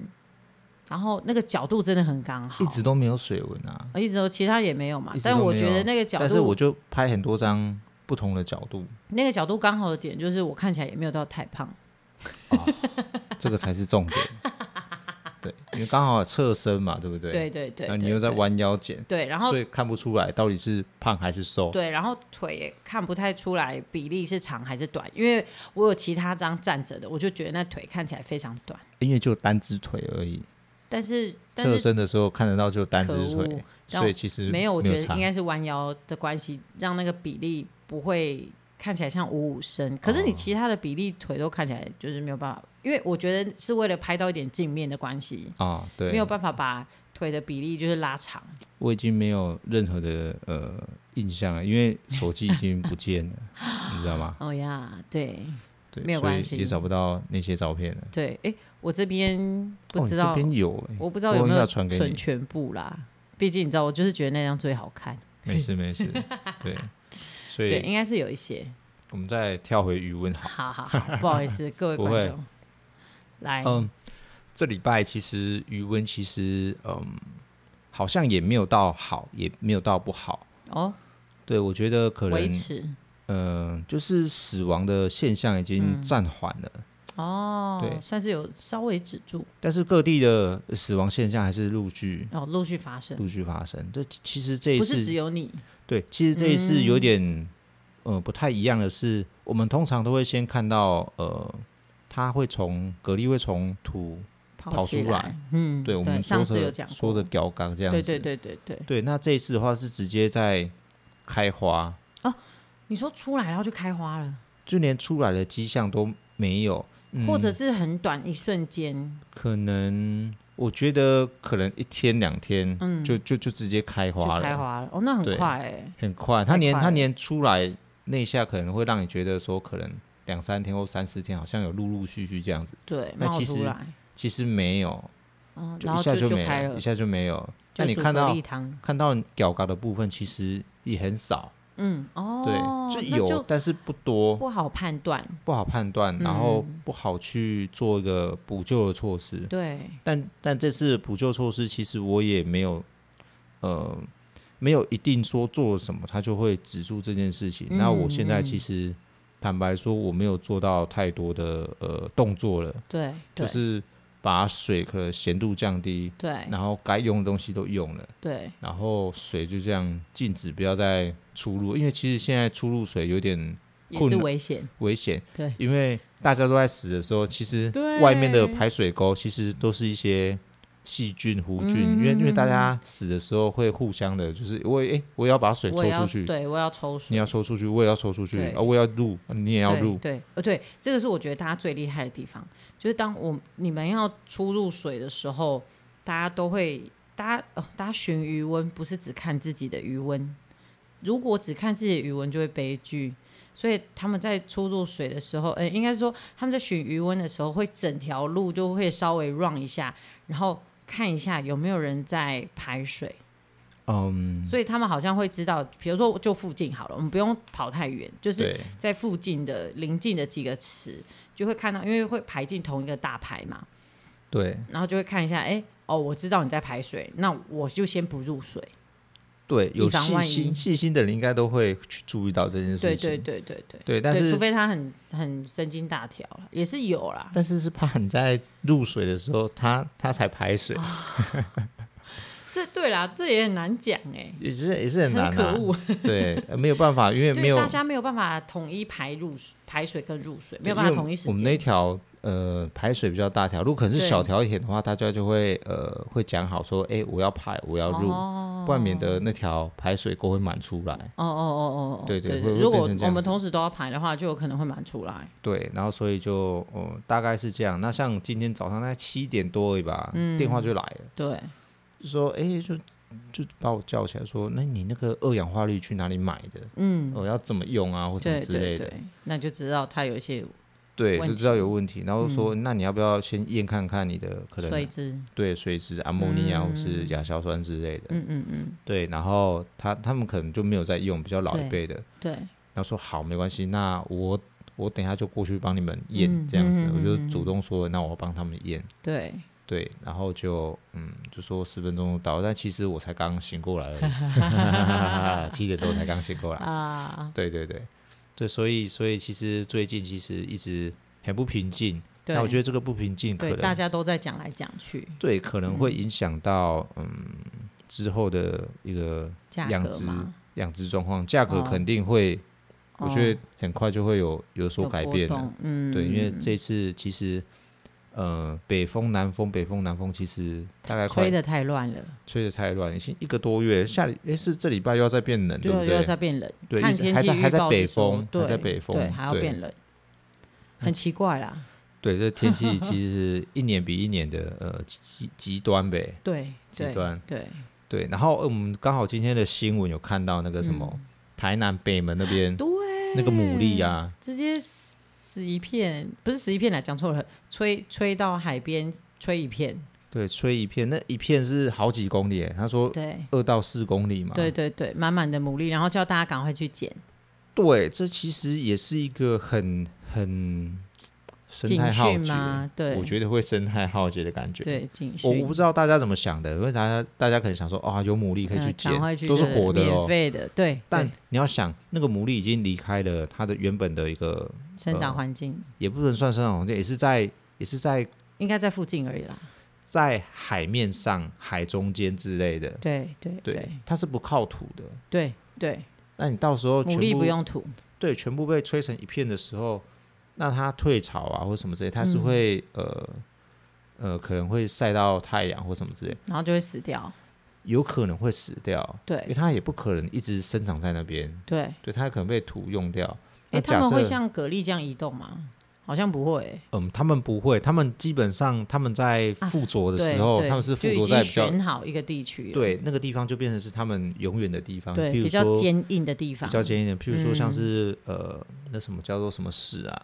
然后那个角度真的很刚好，
一直都没有水纹啊。
呃一直都其他也没有嘛
一。直
但
都
我
没
觉
有
得那个角度，
但是我就拍很多张不同的角
[laughs]
度，
那个角度刚好的点就是我看起来也没有到太胖，
这个才是重点。对，因为刚好侧身嘛，对不对？
对对对，
然后你
对
又在
对
弯腰减，
对，然后
所以看不出来到底是胖还是瘦。
对，然后腿也看不太出来比例是长还是短，因为我有其他张站着的，我就觉得那腿看起来非常短。
因为就单只腿而已，
但是但
侧
是
身的时候看得到就单只
可恶
腿，
让
所以其实
没有，我觉得
差
应该是弯腰的关系，让那个比例不会看起来像五五身。可
哦
是你其他的比例腿都看起来就是没有办法，因为我觉得是为了拍到一点镜面的关系，
啊，对，哦
没有办法把腿的比例就是拉长。
我已经没有任何的呃印象了，因为手机已经不见
[laughs]
了，你知道吗？
哦呀，对
对，
没有
所以
关系
也找不到那些照片了。
对，哎，我这边不
哦，你
知道，
这边有欸，
我不知道有没
我应
有
该传给
存
你，
全部啦。毕竟你知道，我就是觉得那张最好看。
没
[laughs]
事没事，对，所
对，
以
应该是有一些。
我们再跳回余温好了。
好好好，不好意
[laughs]
思，各位
不
观
会
众，来，
嗯，这礼拜其实余温其实嗯，好像也没有到好，也没有到不好。
哦，
对，我觉得可
维
能，
持。
嗯、
呃
就是死亡的现象已
嗯
经暂缓了，
哦，
对
算是有稍微止住，
但是各地的死亡现象还是陆续
然后陆续发生，
陆续发生。这其实这一
不是只
次，
有嗯你，
对，其实这一次有点，呃，不太一样的是，我们通常都会先看到，呃，它会从蛤蜊会从土，
跑
跑
起
出来，
嗯，
对我们说
上次有
的
讲过
说的，吊缸这样
对
子，
对对对对，
对，那这一次的话是直接在开花，
你说出来然后就开花了，
就连出来的迹象都没有，嗯、
或者是很短一瞬间
可能我觉得可能一天两天，
嗯
就就就直接开
就
花了，
开花了，哦，那很
对
快哎，
很快。它
太
连
快
它
了
连出来那一下可能会让你觉得说可能两三天或三四天，好像有陆陆续续这样子。
对，
那
冒
其
出
实
来，
其实没有，
嗯，
就
然
一
后
下
就
没
开
了，
了
一，下就没有。
就
那你
煮
看
蛤
到
蜊汤，
看到屌搞的部分，其实也很少，
嗯，
对，
哦，
就
那
有，但是不多，
不好嗯判断，
不好判断，然后不好去做一个补救的措施。
对，
但但这次的补救措施，其实我也没有，呃，没有一定说做了什么，他就会止住这件事情。
嗯
那我现在
嗯
其实坦白说，我没有做到太多的呃动作了，
对，
就
对，
是把水可能咸度降低，
对，
然后该用的东西都用了。
对，
然后水就这样禁止不要再出入，因为其实现在出入水有点
也
困
是
难
危险，
危险，
对，
因为大家都在死的时候，其实
对
外面的排水沟其实都是一些细菌、弧菌，
嗯
因为因为大家死的时候会互相的，就是我也诶，我也要把水
我
抽
要
出去，
对我要抽水，
你要抽出去，我也要抽出去，
对
啊，我也要入，你也要
对
入，
对，呃，对，这个是我觉得大家最厉害的地方，就是当我你们要出入水的时候，大家都会，大家哦，大家寻余温不是只看自己的余温，如果只看自己的余温就会悲剧。所以他们在出入水的时候，呃，应该是说他们在寻余温的时候，会整条路就会稍微 run 一下，然后看一下有没有人在排水。
嗯，
所以他们好像会知道，比如说就附近好了，我们不用跑太远，就是
对
在附近的邻近的几个池，就会看到，因为会排进同一个大排嘛，
对
然后就会看一下，哎、哦，我知道你在排水，那我就先不入水。
对，有
以防
细
万一
心细心的人应该都会去注意到这件事情
对，对对对对，
对但
对
是
除非他很很神经大条了，也是有啦。
但是是怕你在入水的时候，它它才排水，
哦这对啦，这也很难讲哎、
也是也是很难
很可
啊，
恶， [laughs]
对，呃没有办法，因为没
对
有
大家没有办法统一排入水排水跟入水，没有
对
办法
因为
统一时
我们
间。
那条呃排水比较大条，如果可能是
对
小条一点的话，大家就会呃会讲好说，哎、我要排，我要入，
哦
不然免得那条排水沟会满出来。
哦哦哦哦哦，
对对
对
会会
如果
变成这
我
样
们
子
同时都要排的话，就有可能会满出来。
对，然后所以就呃大概是这样。那像今天早上那七点多而已吧，电话就来了，
对，
就说哎、就就把我叫起来说，那你那个二氧化氯去哪里买的？
嗯，
我、要怎么用啊，或什么
对
之类
对
的。
对，那就知道它有一些
对，
问
就知道有问题，然后说、那你要不要先验看看你的可能
水质。
对水质、阿莫尼亚或是亚硝酸之类的。
嗯嗯嗯，
对，然后他他们可能就没有在用，比较老一辈的。
对，
然后说好，没关系，那我我等一下就过去帮你们验、
嗯
这样子，
嗯嗯
我就
嗯嗯
主动说，那我帮他们验。
对，
对，然后就嗯，就说十分钟就到，但其实我才刚醒过来而已，七 [laughs] 点多才刚醒过来。
啊，
对对对，对，所以所以其实最近其实一直很不平静。
对，
那我觉得这个不平静可
对大
能
家都在讲来讲去，
对可能会影响到嗯之后的一个
价
养
格
殖
嘛，
养殖状况，价格
哦
肯定会，我觉
哦
得很快就会有有所
有
改
波
变的。
动嗯，
对，因为这次其实，呃，北风、南风、北风、南风，其实大概快
吹的太乱了，
吹的太乱，已经一个多月，下里诶是这礼拜又要再变冷，
就
不
又
对？
在变冷，
对
看
一直
天
还
气
在还
预
在
报
北
是说
风还
对
在北风
对，还要
对
变冷，很奇怪啦，
对，这天气其实是一年比一年的呃极极端呗。
对，
极
对，
端
对，
对，然后呃我们刚好今天的新闻有看到那个什么、
嗯
台南北门那边
对，
那个牡蛎啊，
直接死死一片，不是死一片啦，讲错了，吹吹到海边吹一片，
对，吹一片，那一片是好几公里耶，他说
对。
二到四公里嘛。
对对对，满满的牡蛎，然后叫大家赶快去捡。
对，这其实也是一个很很生态浩
警讯
劫
吗，对
我觉得会生态浩劫的感觉。，
对，警
我
讯。
我不知道大家怎么想的，因为大家大家可能想说啊，有牡蛎可以去
嗯赶
捡，
快去
都是
对
活的
免
哦。
费的，对。
但
对
你要想，那个牡蛎已经离开了它的原本的一个，
生长环境
也不能算生长环境，也是在也是在
应该在附近而已啦。
嗯在海面上、海中间之类的。
对对
对
对，
它是不靠土的。
对对，
那你到时候全
牡
部
蛎不用土，
对，全部被吹成一片的时候，那它退潮啊或什么之类，它是会、
嗯
呃呃可能会晒到太阳或什么之类，
然后就会死掉。有
有可能会死掉，因为
对
它也不可能一直生长在那边，
对，
对，它可能被土用掉。那
哎，他
假
们
设
会像蛤蜊这样移动吗？好像不会欸。
嗯，他们不会，他们基本上他们在附着的
啊对
时候，
对
他们是附
就已
着
经
在比较
选好一个地区了，
对那个地方，就变成是他们永远的地方，
对，
比如
比较
说
坚硬的地
比
方，
较坚硬的，譬如说像
嗯
是、呃那什么叫做什么屎啊，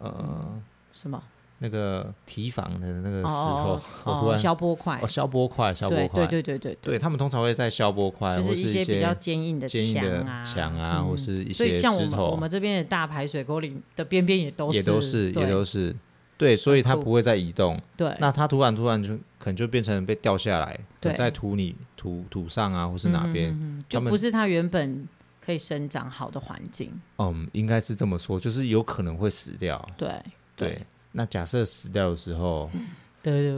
呃
什么？
那个提防的那个石头，
哦
[laughs] 我突
哦，
然
消波块
哦，消波块，消波
对
块，
对对对对
对他们通常会在消波块或
就是
是
一些比较坚硬的
坚硬的
啊，
墙啊，或
嗯
是一
所以
些
像我
石
们我
头，
们这边的大排水沟里的边边也都是，
也都是
对
也都是对，所以它
酷
不会再移动。
对，
那它突然突然就可能就变成被掉下来，可能
对
在土里土土上啊，或是哪边，
嗯
他
就
们
不是它原本可以生长好的环境，
嗯，应该是这么说，就是有可能会死掉。
对
对，那假设死掉的时候，
对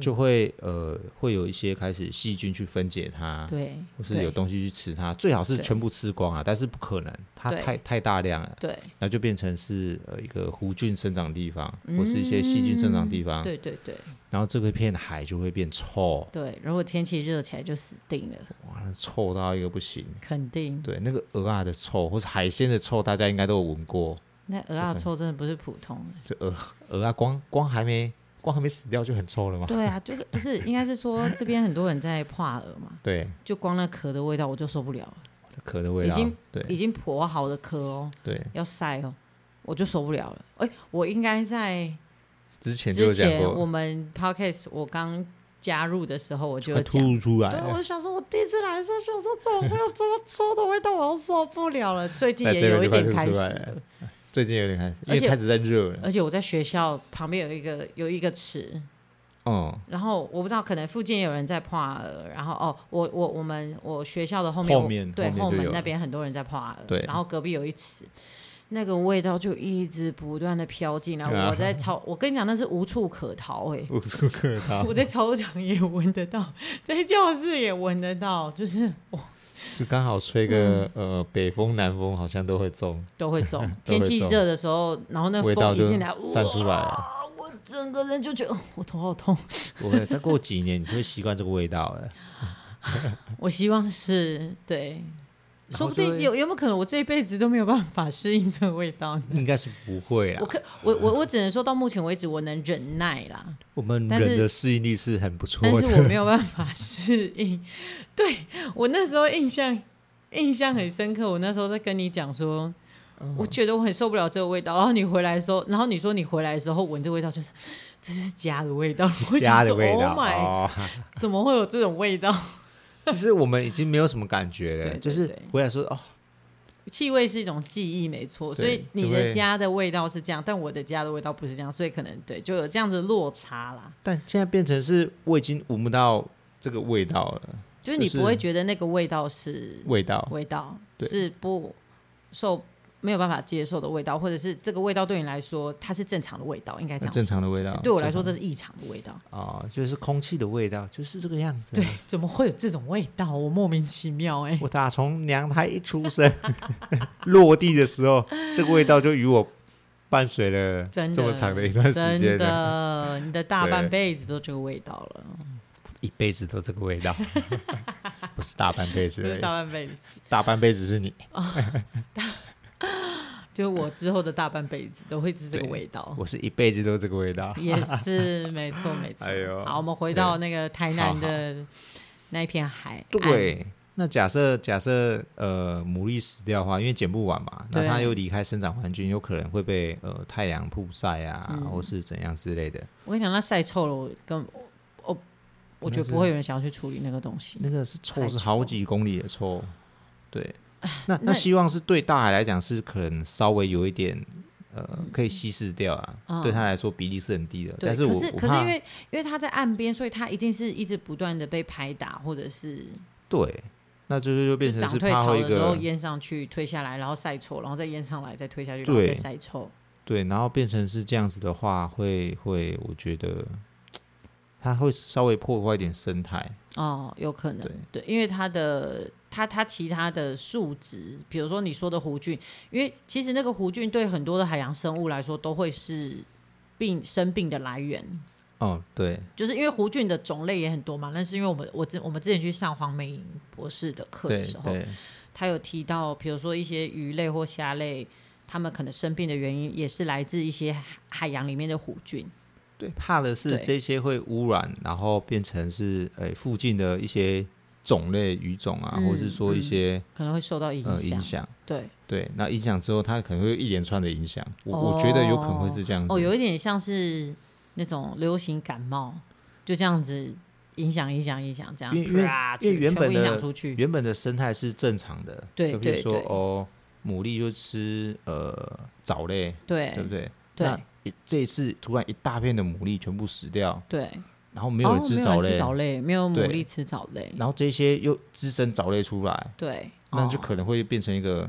就会呃会有一些开始细菌去分解它，
对，
啊或是有
对
东西去吃它，最好是
对
全部吃光啊，但是不可能，它
对
太太大量了，
对
然后就变成是呃一个弧菌生长的地方，或是一些细菌生长的地方，
嗯对对对
然后这个片海就会变臭，
对，如果天气热起来就死定了，
哇，那臭到一个不行。
肯定。
对，那个鹅啊的臭，或是海鲜的臭，大家应该都有闻过。
那鹅啊臭真的不是普通的，
就鹅鹅啊，光光还没光还没死掉就很臭了嘛。
对啊，就是不是应该是说这边很多人在怕鹅嘛，
对，
就光那壳的味道我就受不了了，
壳的味
已
道
经。
对
已经破好的壳哦，
对，
要晒哦，我就受不了了。哎，我应该在
之前就有
之
讲
前我
过，
们 podcast 我刚加入的时候我就有
会
讲。
吐出来
对，。我想说，我第一次来的时候，想说怎么会有这么臭的味道，我要受不了了。最近
在
也
7-Eleven
有一
就快
点
吐
开
出
始
来
了，
最近有点开始，因
而且
为开始在热了。
而且我在学校旁边有一个有一个池，
哦，
然后我不知道可能附近也有人在泡鹅，然后哦，我我我们我学校的后面
后面
我对
后面就
后门
有
那边很多人在泡鹅，
对
然后隔壁有一池。那个味道就一直不断的飘进
[laughs]
来，
啊
我在超，我跟你讲，那是无处可逃哎、
无处可逃，
[laughs] 我在操场也闻得到， [laughs] 在教室也闻得到，就是我
是刚好吹个呃北风南风，好像都会中，。
都会中
[laughs] 都会
天
中
气热的时候，然后那
味道
风
就
一进来，
散
哇
出来了。
我整个人就觉得哦我头好痛。 [laughs]
我跟你讲再过几年，你就会习惯这个味道了。
我希望是对，
然后
说不
就
定
会
有有没有可能我这一辈子都没有办法适应这个味道呢？
应该是不会啦
我，可我我我只能说到目前为止我能忍耐啦，
我们
但是
人的适应力是很不错
[laughs] 但是
的。
我没有办法适应。 [laughs] 对我那时候印象印象很深刻，我那时候在跟你讲说，
嗯
我觉得我很受不了这个味道。然后你回来的时候，然后你说你回来的时候闻这味道，就是这就是家的味道，我
家
想
的
说
味道
Oh my，
哦，
怎么会有这种味道？
其实我们已经没有什么感觉了，
对对
就是
对
回来说哦，
气味是一种记忆，没错。所
对
以你
就会
的家的味道是这样，但我的家的味道不是这样，所以可能对就有这样的落差啦。
但现在变成是我已经闻不到这个味道了，
就是你
就是
不会觉得那个味道是
味道
味道
哦对
是不受没有办法接受的味道，或者是这个味道对你来说它是正常的味道，应该这样
正
说。
常的味道。
对我来说
正
这是异常的味道。
常哦，就是空气的味道，就是这个样子啊。
对，怎么会有这种味道？我莫名其妙哎、
[laughs] 我打从娘胎一出生 [laughs] 落地的时候，这个味道就与我伴随了
真的
这么长的一段时间哎
真
了，
的，你的大半
对
辈子都这个味道了，
一辈子都这个味道， [laughs] 不是大半辈子
不
而
是
已，
大半辈子，
大半辈子是你，
就是我之后的大半辈子都会是这个
对
味道。
我是一辈子都这个味道。
也是，没错，没错。
哎呦
好，我们回到那个台南的那一片海。，
对，那假设假设呃牡蛎死掉的话，因为捡不完嘛，那
对
它又离开生长环境，有可能会被呃太阳曝晒啊，
嗯
或是怎样之类的。
我跟你讲，那晒臭了，我跟我我我觉
那
得
是
不会有人想要去处理那个东西。
那个是臭
太
是好
臭
几公里的臭，对。那那
那
希望是对大海来讲是可能稍微有一点呃可以稀释掉啊，
嗯
对它来说比例是很低的。
对，
但我
可是
我
可是
怕
因为因为它在岸边，所以它一定是一直不断的被拍打，或者是
对，那就是就变
就
成
涨
是
退
怕
潮
会一
的时候
个
淹上去，推下来，然后晒臭，然后再淹上来，再推下去，然
对
后再晒臭。
对，然后变成是这样子的话，会会我觉得它会稍微破坏一点生态。
哦，有可能
对，
对，因为它的它它其他的数值，比如说你说的弧菌，因为其实那个弧菌对很多的海洋生物来说都会是病生病的来源，
哦，对，
就是因为弧菌的种类也很多嘛。但是因为我们我之我们之前去上黄美颖博士的课
对
的时候，
对，
他有提到，比如说一些鱼类或虾类，它们可能生病的原因也是来自一些海海洋里面的弧菌。
对，怕的是
对
这些会污染，然后变成是呃附近的一些种类语种啊，
嗯
或是说一些
可能会受到影响。
呃影响。
对，
对，那影响之后，它可能会有一连串的影响。我、
哦
我觉得有可能会是这样子。
哦，有一点像是那种流行感冒，就这样子影响影响影响，这样
因为因为
啪
因为原本
全部影
的
响出去。
原本的生态是正常的，
对
就比如
对
说
对
哦，牡蛎就吃呃藻类，
对
对不对？
对
那一这一次突然一大片的牡蛎全部死掉，
对，
然后没有人
哦
吃
没
藻
有人
类，
吃藻类，没有牡
对
蛎吃藻类，
然后这些又滋生藻类出来，
对，
那就
哦
可能会变成一个，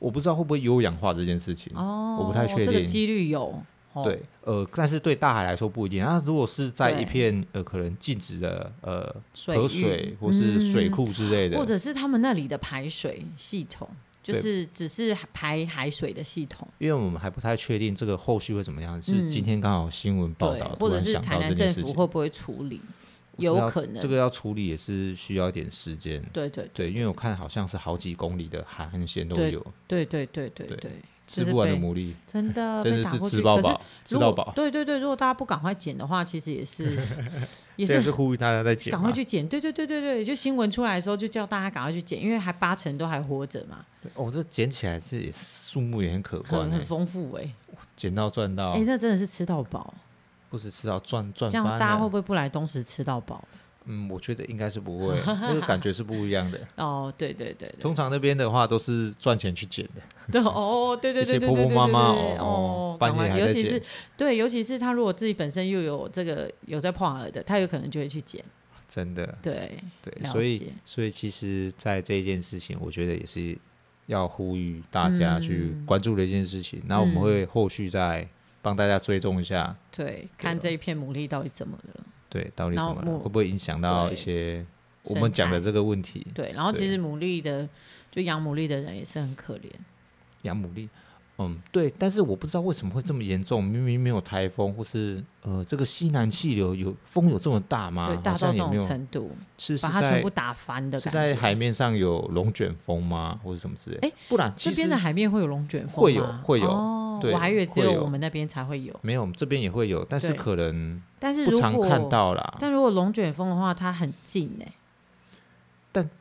我不知道会不会优氧化这件事情。
哦，
我不太确
这个
定
几率有。哦，
对，呃，但是对大海来说不一定。啊那如果是在
对
一片呃可能静止的呃
水
河
域嗯
水或是水库之类的，
或者是他们那里的排水系统，就
对
是只是排海水的系统，
因为我们还不太确定这个后续会怎么样，是
嗯
今天刚好新闻报
对
道，，
或
突
者
然
是
想
台
到这
南
件
政
事
府
情，
会不会处理？
这个
有
要
可能，
这个要处理也是需要一点时间。
对对
对，因为我看好像是好几公里的海岸线都
对
有，
对对对对
对
对，
吃
就是
不完的
被
牡蛎，
真的
[laughs] 真
被
的
打
是
过
吃
去。
到
可是
饱，吃
如
到
果
饱。
对对对，如果大家不赶快剪的话，其实
[laughs]
也是也
这也
是
是呼吁大家在捡，
赶快去剪。对对对对对，就新闻出来的时候，就叫大家赶快去剪，因为还八成都还活着嘛，
哦，这捡起来是也数目也很可观
很
欸
很，丰富哎、
捡到赚
哎、
到，
那真的是吃到饱。
不止吃到赚赚
这样
翻
大家会
了。
不会不来东石吃到饱？
嗯，我觉得应该是不
[laughs]
会，那个感觉是不一样的。
哦，对对对对，
通常那边的话都是赚钱去捡的，
对哦，对对
一些
对对
婆
对
婆
对
妈妈
对对
哦
哦，
半
赶
夜
快
还
尤
在
其
剪
是对，尤其是他如果自己本身又有这个有在破耳的，他有可能就会去剪。
真的。
对，
对，
了
所以
解
所以其实，在这件事情，我觉得也是要呼吁大
嗯
家去关注的一件事情。那、我们会后续再帮大家追踪一下，
对，看这一片牡蛎到底怎么了。
对，到底怎
然后
么了，
我
会不会影响到一些我
对
们讲的
生态
这个问题？
对，然后其
对
实牡蛎的，就养牡蛎的人也是很可怜。
养牡蛎，嗯，对，但是我不知道为什么会这么严重，明明没有台风，或是呃，这个西南气流有风有这么大吗？
对，大
啊好
到
像
这
也没
种
有，
程度，
是是
把它全
在
部打翻的
是
感
在
觉。
海面上有龙卷风吗，或者什么之类？
哎，
不然
这
其
边
实
的海面会有龙卷风
会有
吗
会有
哦，
对
我还以为只
会
有
有
我们那边才会有，
没有，我们这边也会有，但是
对
可能
但是
不
如
常
果
看到啦。但
但如果龙卷风的话，它很近哎，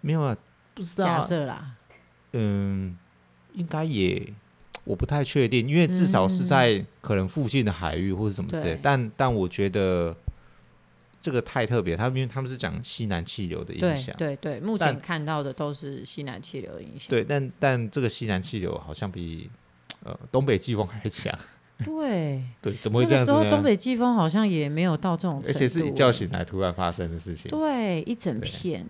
没有啊，不知道
假
啊，
设啦，
嗯，应该也我不太确定，因为至少是在可能附近的海域或者什么之类的
嗯对。
但但我觉得这个太特别，他们因为他们是讲西南气流的影
对
响，
对对，目
但
前看到的都是西南气流的影响。
对，但但这个西南气流好像比呃东北季风还强，
对，
对，怎么
那
会这
个
样
时
子
候
呢？
东北季风好像也没有到这种程度
而
欸，
且是一觉醒来突然发生的事情，
对一整
对
片，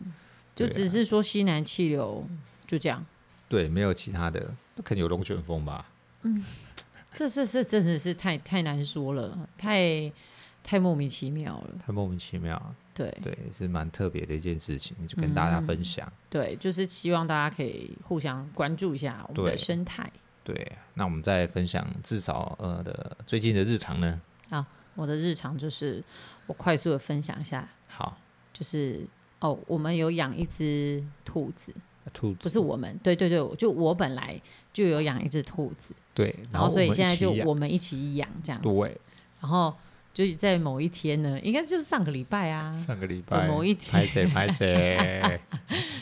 就
对啊
只是说西南气流就这样。
对，没有其他的，那可能有龙卷风吧。
这这这真的是太太难说了，太太莫名其妙了。
太莫名其妙了，
对嗯
对，是蛮特别的一件事情，就跟大家分享。
对，就是希望大家可以互相关注一下我们
对
的生态。
对，那我们再分享至少呃的最近的日常呢。
我的日常就是我快速的分享一下，
好，
就是哦，我们有养一只兔子，
兔子
不是我们，对对对，就我本来就有养一只兔子，
对，
然后哦所
我
以
们
现在
一起
就
养
我们一起养这样子，
对
然后就是在某一天呢，应该就是上个礼拜啊，
上个礼拜
某一
拍谁拍
[laughs]
谁，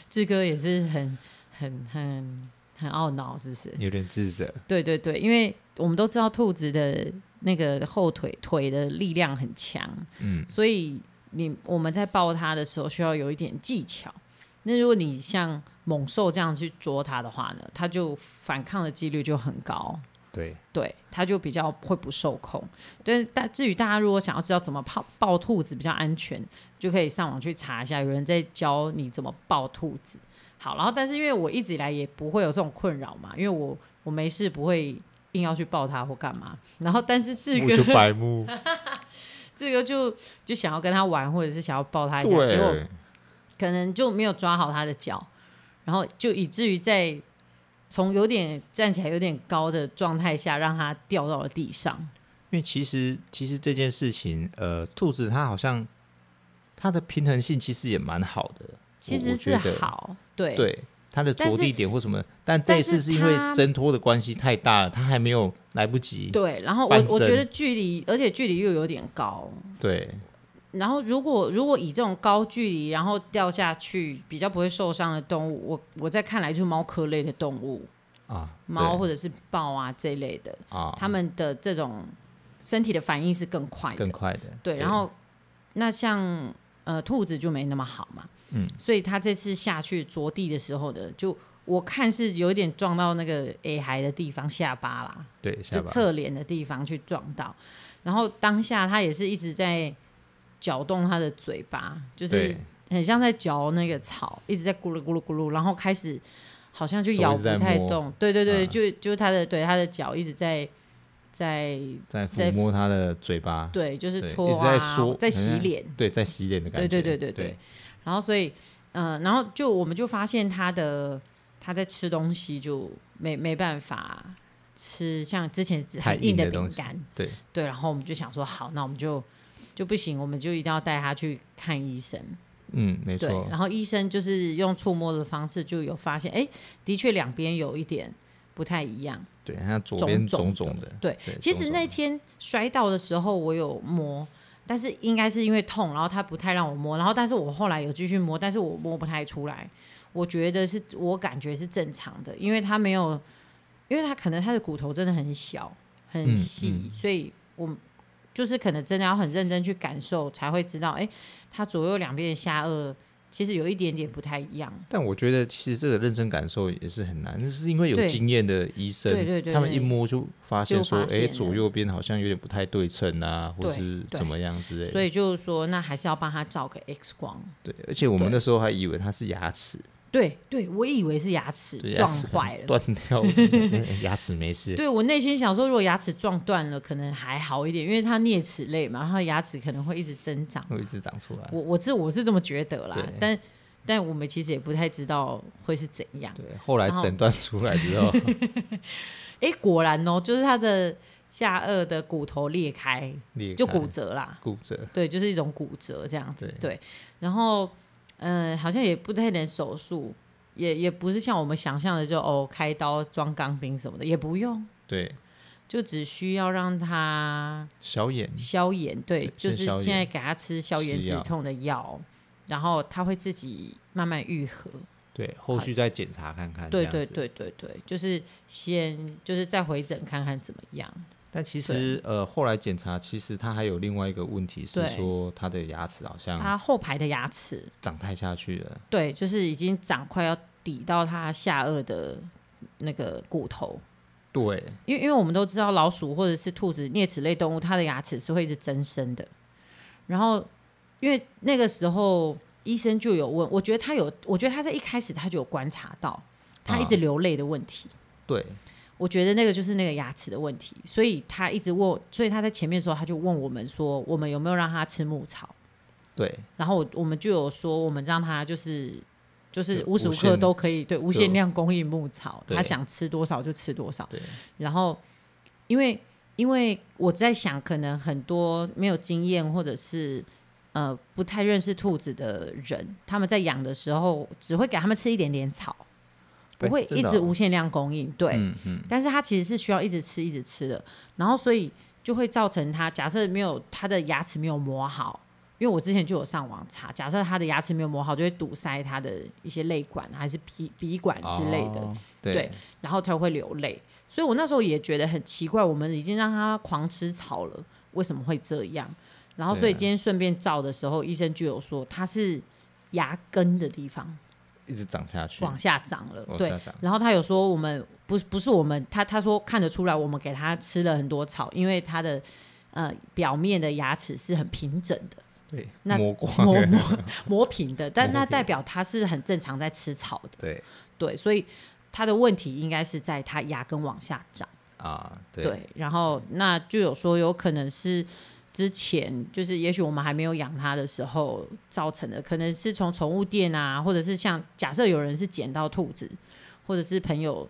志哥也是很很很很懊恼，是不是？
有点自责，
对对对，因为我们都知道兔子的那个后腿腿的力量很强，
嗯，
所以你我们在抱它的时候需要有一点技巧。那如果你像猛兽这样去捉它的话呢，它就反抗的几率就很高，
对，
对，它就比较会不受控。对，但至于大家如果想要知道怎么抱抱兔子比较安全，就可以上网去查一下，有人在教你怎么抱兔子。好，然后但是因为我一直以来也不会有这种困扰嘛，因为我我没事不会硬要去抱它或干嘛。然后但是志
我就
哥
白
[laughs]
目，
志哥就就想要跟它玩，或者是想要抱它一哎下，结果
对，
可能就没有抓好它的脚，然后就以至于在从有点站起来有点高的状态下，让它掉到了地上。
因为其实其实这件事情，呃，兔子它好像它的平衡性其实也蛮好的，
其
我
实
我
是
觉得
好，对
对它的
但
着
是
地点或什么，但这一次
但是
是因为
它
挣脱的关系太大了，它还没有来不及，
对然后我
翻身
我觉得距离，而且距离又有点高，
对
然后如果如果以这种高距离然后掉下去比较不会受伤的动物，我我在看来就是猫科类的动物，
啊，
猫
对
或者是豹啊这一类的，
啊，
它们的这种身体的反应是更快的
更。快的，
对，然后那像呃兔子就没那么好嘛，
嗯，
所以它这次下去着地的时候呢，就我看是有点撞到那个 A 孩的地方下巴啦，
对
就
下巴，
侧脸的地方去撞到，然后当下它也是一直在搅动它的嘴巴，就是
对，
很像在嚼那个草，一直在咕噜咕噜咕噜，然后开始好像就
手
咬
一
不
直在
太
摸
动，对对对，
嗯
就就它的对它的脚一直在在
在
在
抚摸它的嘴巴，
对，就是
对
搓
一直
啊，
在说
在
好
洗
像
脸，
对，在洗脸的感觉，
对对对对对
对，
然后所以，呃，然后就我们就发现他的他在吃东西就没没办法吃像之前
太
很硬
硬
的
的东
饼
西
干，
对
对，然后我们就想说好，那我们就就不行，我们就一定要带他去看医生。
嗯，没
对
错，，
然后医生就是用触摸的方式就有发现，哎，的确两边有一点不太一样。
对，它左
肿
边
肿
肿
的
肿的，
对，其实
肿
那
肿的
天摔倒的时候，我有摸，但是应该是因为痛，然后他不太让我摸，然后但是我后来有继续摸，但是我摸不太出来，我觉得是我感觉是正常的，因为他没有，因为他可能他的骨头真的很小很
嗯
细，所以我就是可能真的要很认真去感受才会知道，哎，他左右两边的下颚其实有一点点不太一样，
但我觉得其实这个认真感受也是很难，就是因为有
对
经验的医生，
对对对
他们一
对
摸就发现
就
说，
发现
哎，
了
左右边好像有点不太对称啊，或
对
是
对
怎么样之类的。
所以就是说那还是要帮他照个 X 光。
对，而且我们
对
那时候还以为它是牙齿，
对对，我以为是牙齿
对，牙
撞
齿可能
坏了，
断掉，我就觉得哎牙齿没事。
对我内心想说，如果牙齿撞断了，可能还好一点，因为它啮齿类嘛，然后牙齿可能会一直增长。
会一直长出来。
我我这我是这么觉得啦
对，
但但我们其实也不太知道会是怎样。
对，后来
然后
诊断出来之
[laughs]
后，
哎，果然哦，就是它的下颚的骨头裂开，
裂
就
开
骨折啦。
骨折，
对，就是一种骨折这样子。
对
然后呃，好像也不太能手术，也也不是像我们想象的就哦开刀装钢钉什么的，也不用，
对，
就只需要让它
小眼，
消炎，对
对，
就是
先消炎
现在给他吃消炎
吃
止
药
痛的药，然后他会自己慢慢愈合。
对，后续再检查看看。
对
这
对
样子。
对对对，就是先就是再回诊看看怎么样。
但其实呃，后来检查，其实他还有另外一个问题是
对
说，他的牙齿好像
他后排的牙齿，
长太下去了。
对，就是已经长快要抵到他下颚的那个骨头，
对，
因为因为我们都知道老鼠或者是兔子啮齿类动物，它的牙齿是会一直增生的。然后因为那个时候医生就有问，我觉得他有，我觉得他在一开始他就有观察到他一直
啊
流泪的问题。
对，
我觉得那个就是那个牙齿的问题，所以他一直问，所以他在前面的时候他就问我们说，我们有没有让他吃牧草？
对，
然后我我们就有说，我们让他就是就是
对
无时无
无限
刻都可以对无限量供应牧草，
对
他想吃多少就吃多少。
对，
然后因为因为我在想，可能很多没有经验或者是呃不太认识兔子的人，他们在养的时候只会给他们吃一点点草，不
哎
会
真
一
的
直
哦
无限量供应。对，
嗯嗯，
但是它其实是需要一直吃一直吃的，然后所以就会造成它假设没有它的牙齿没有磨好，因为我之前就有上网查，假设它的牙齿没有磨好，就会堵塞它的一些泪管啊还是鼻鼻管之类的，
哦对
对，然后才会流泪。所以我那时候也觉得很奇怪，我们已经让它狂吃草了，为什么会这样？然后所以
对啊
今天顺便照的时候，医生就有说它是牙根的地方
一直长下去，
往下长了，
往
对，
下长，
然后他有说我们不是不是我们，他他说看得出来我们给他吃了很多草，因为他的呃表面的牙齿是很平整
[laughs]
的，
对，
那
磨光
磨
了，
磨磨平的，但
磨
那
平
代表他是很正常在吃草的，
对
对，所以他的问题应该是在他牙根往下长，
啊，对
对，然后那就有说有可能是。之前就是，也许我们还没有养它的时候造成的，可能是从宠物店啊，或者是像假设有人是捡到兔子，或者是朋友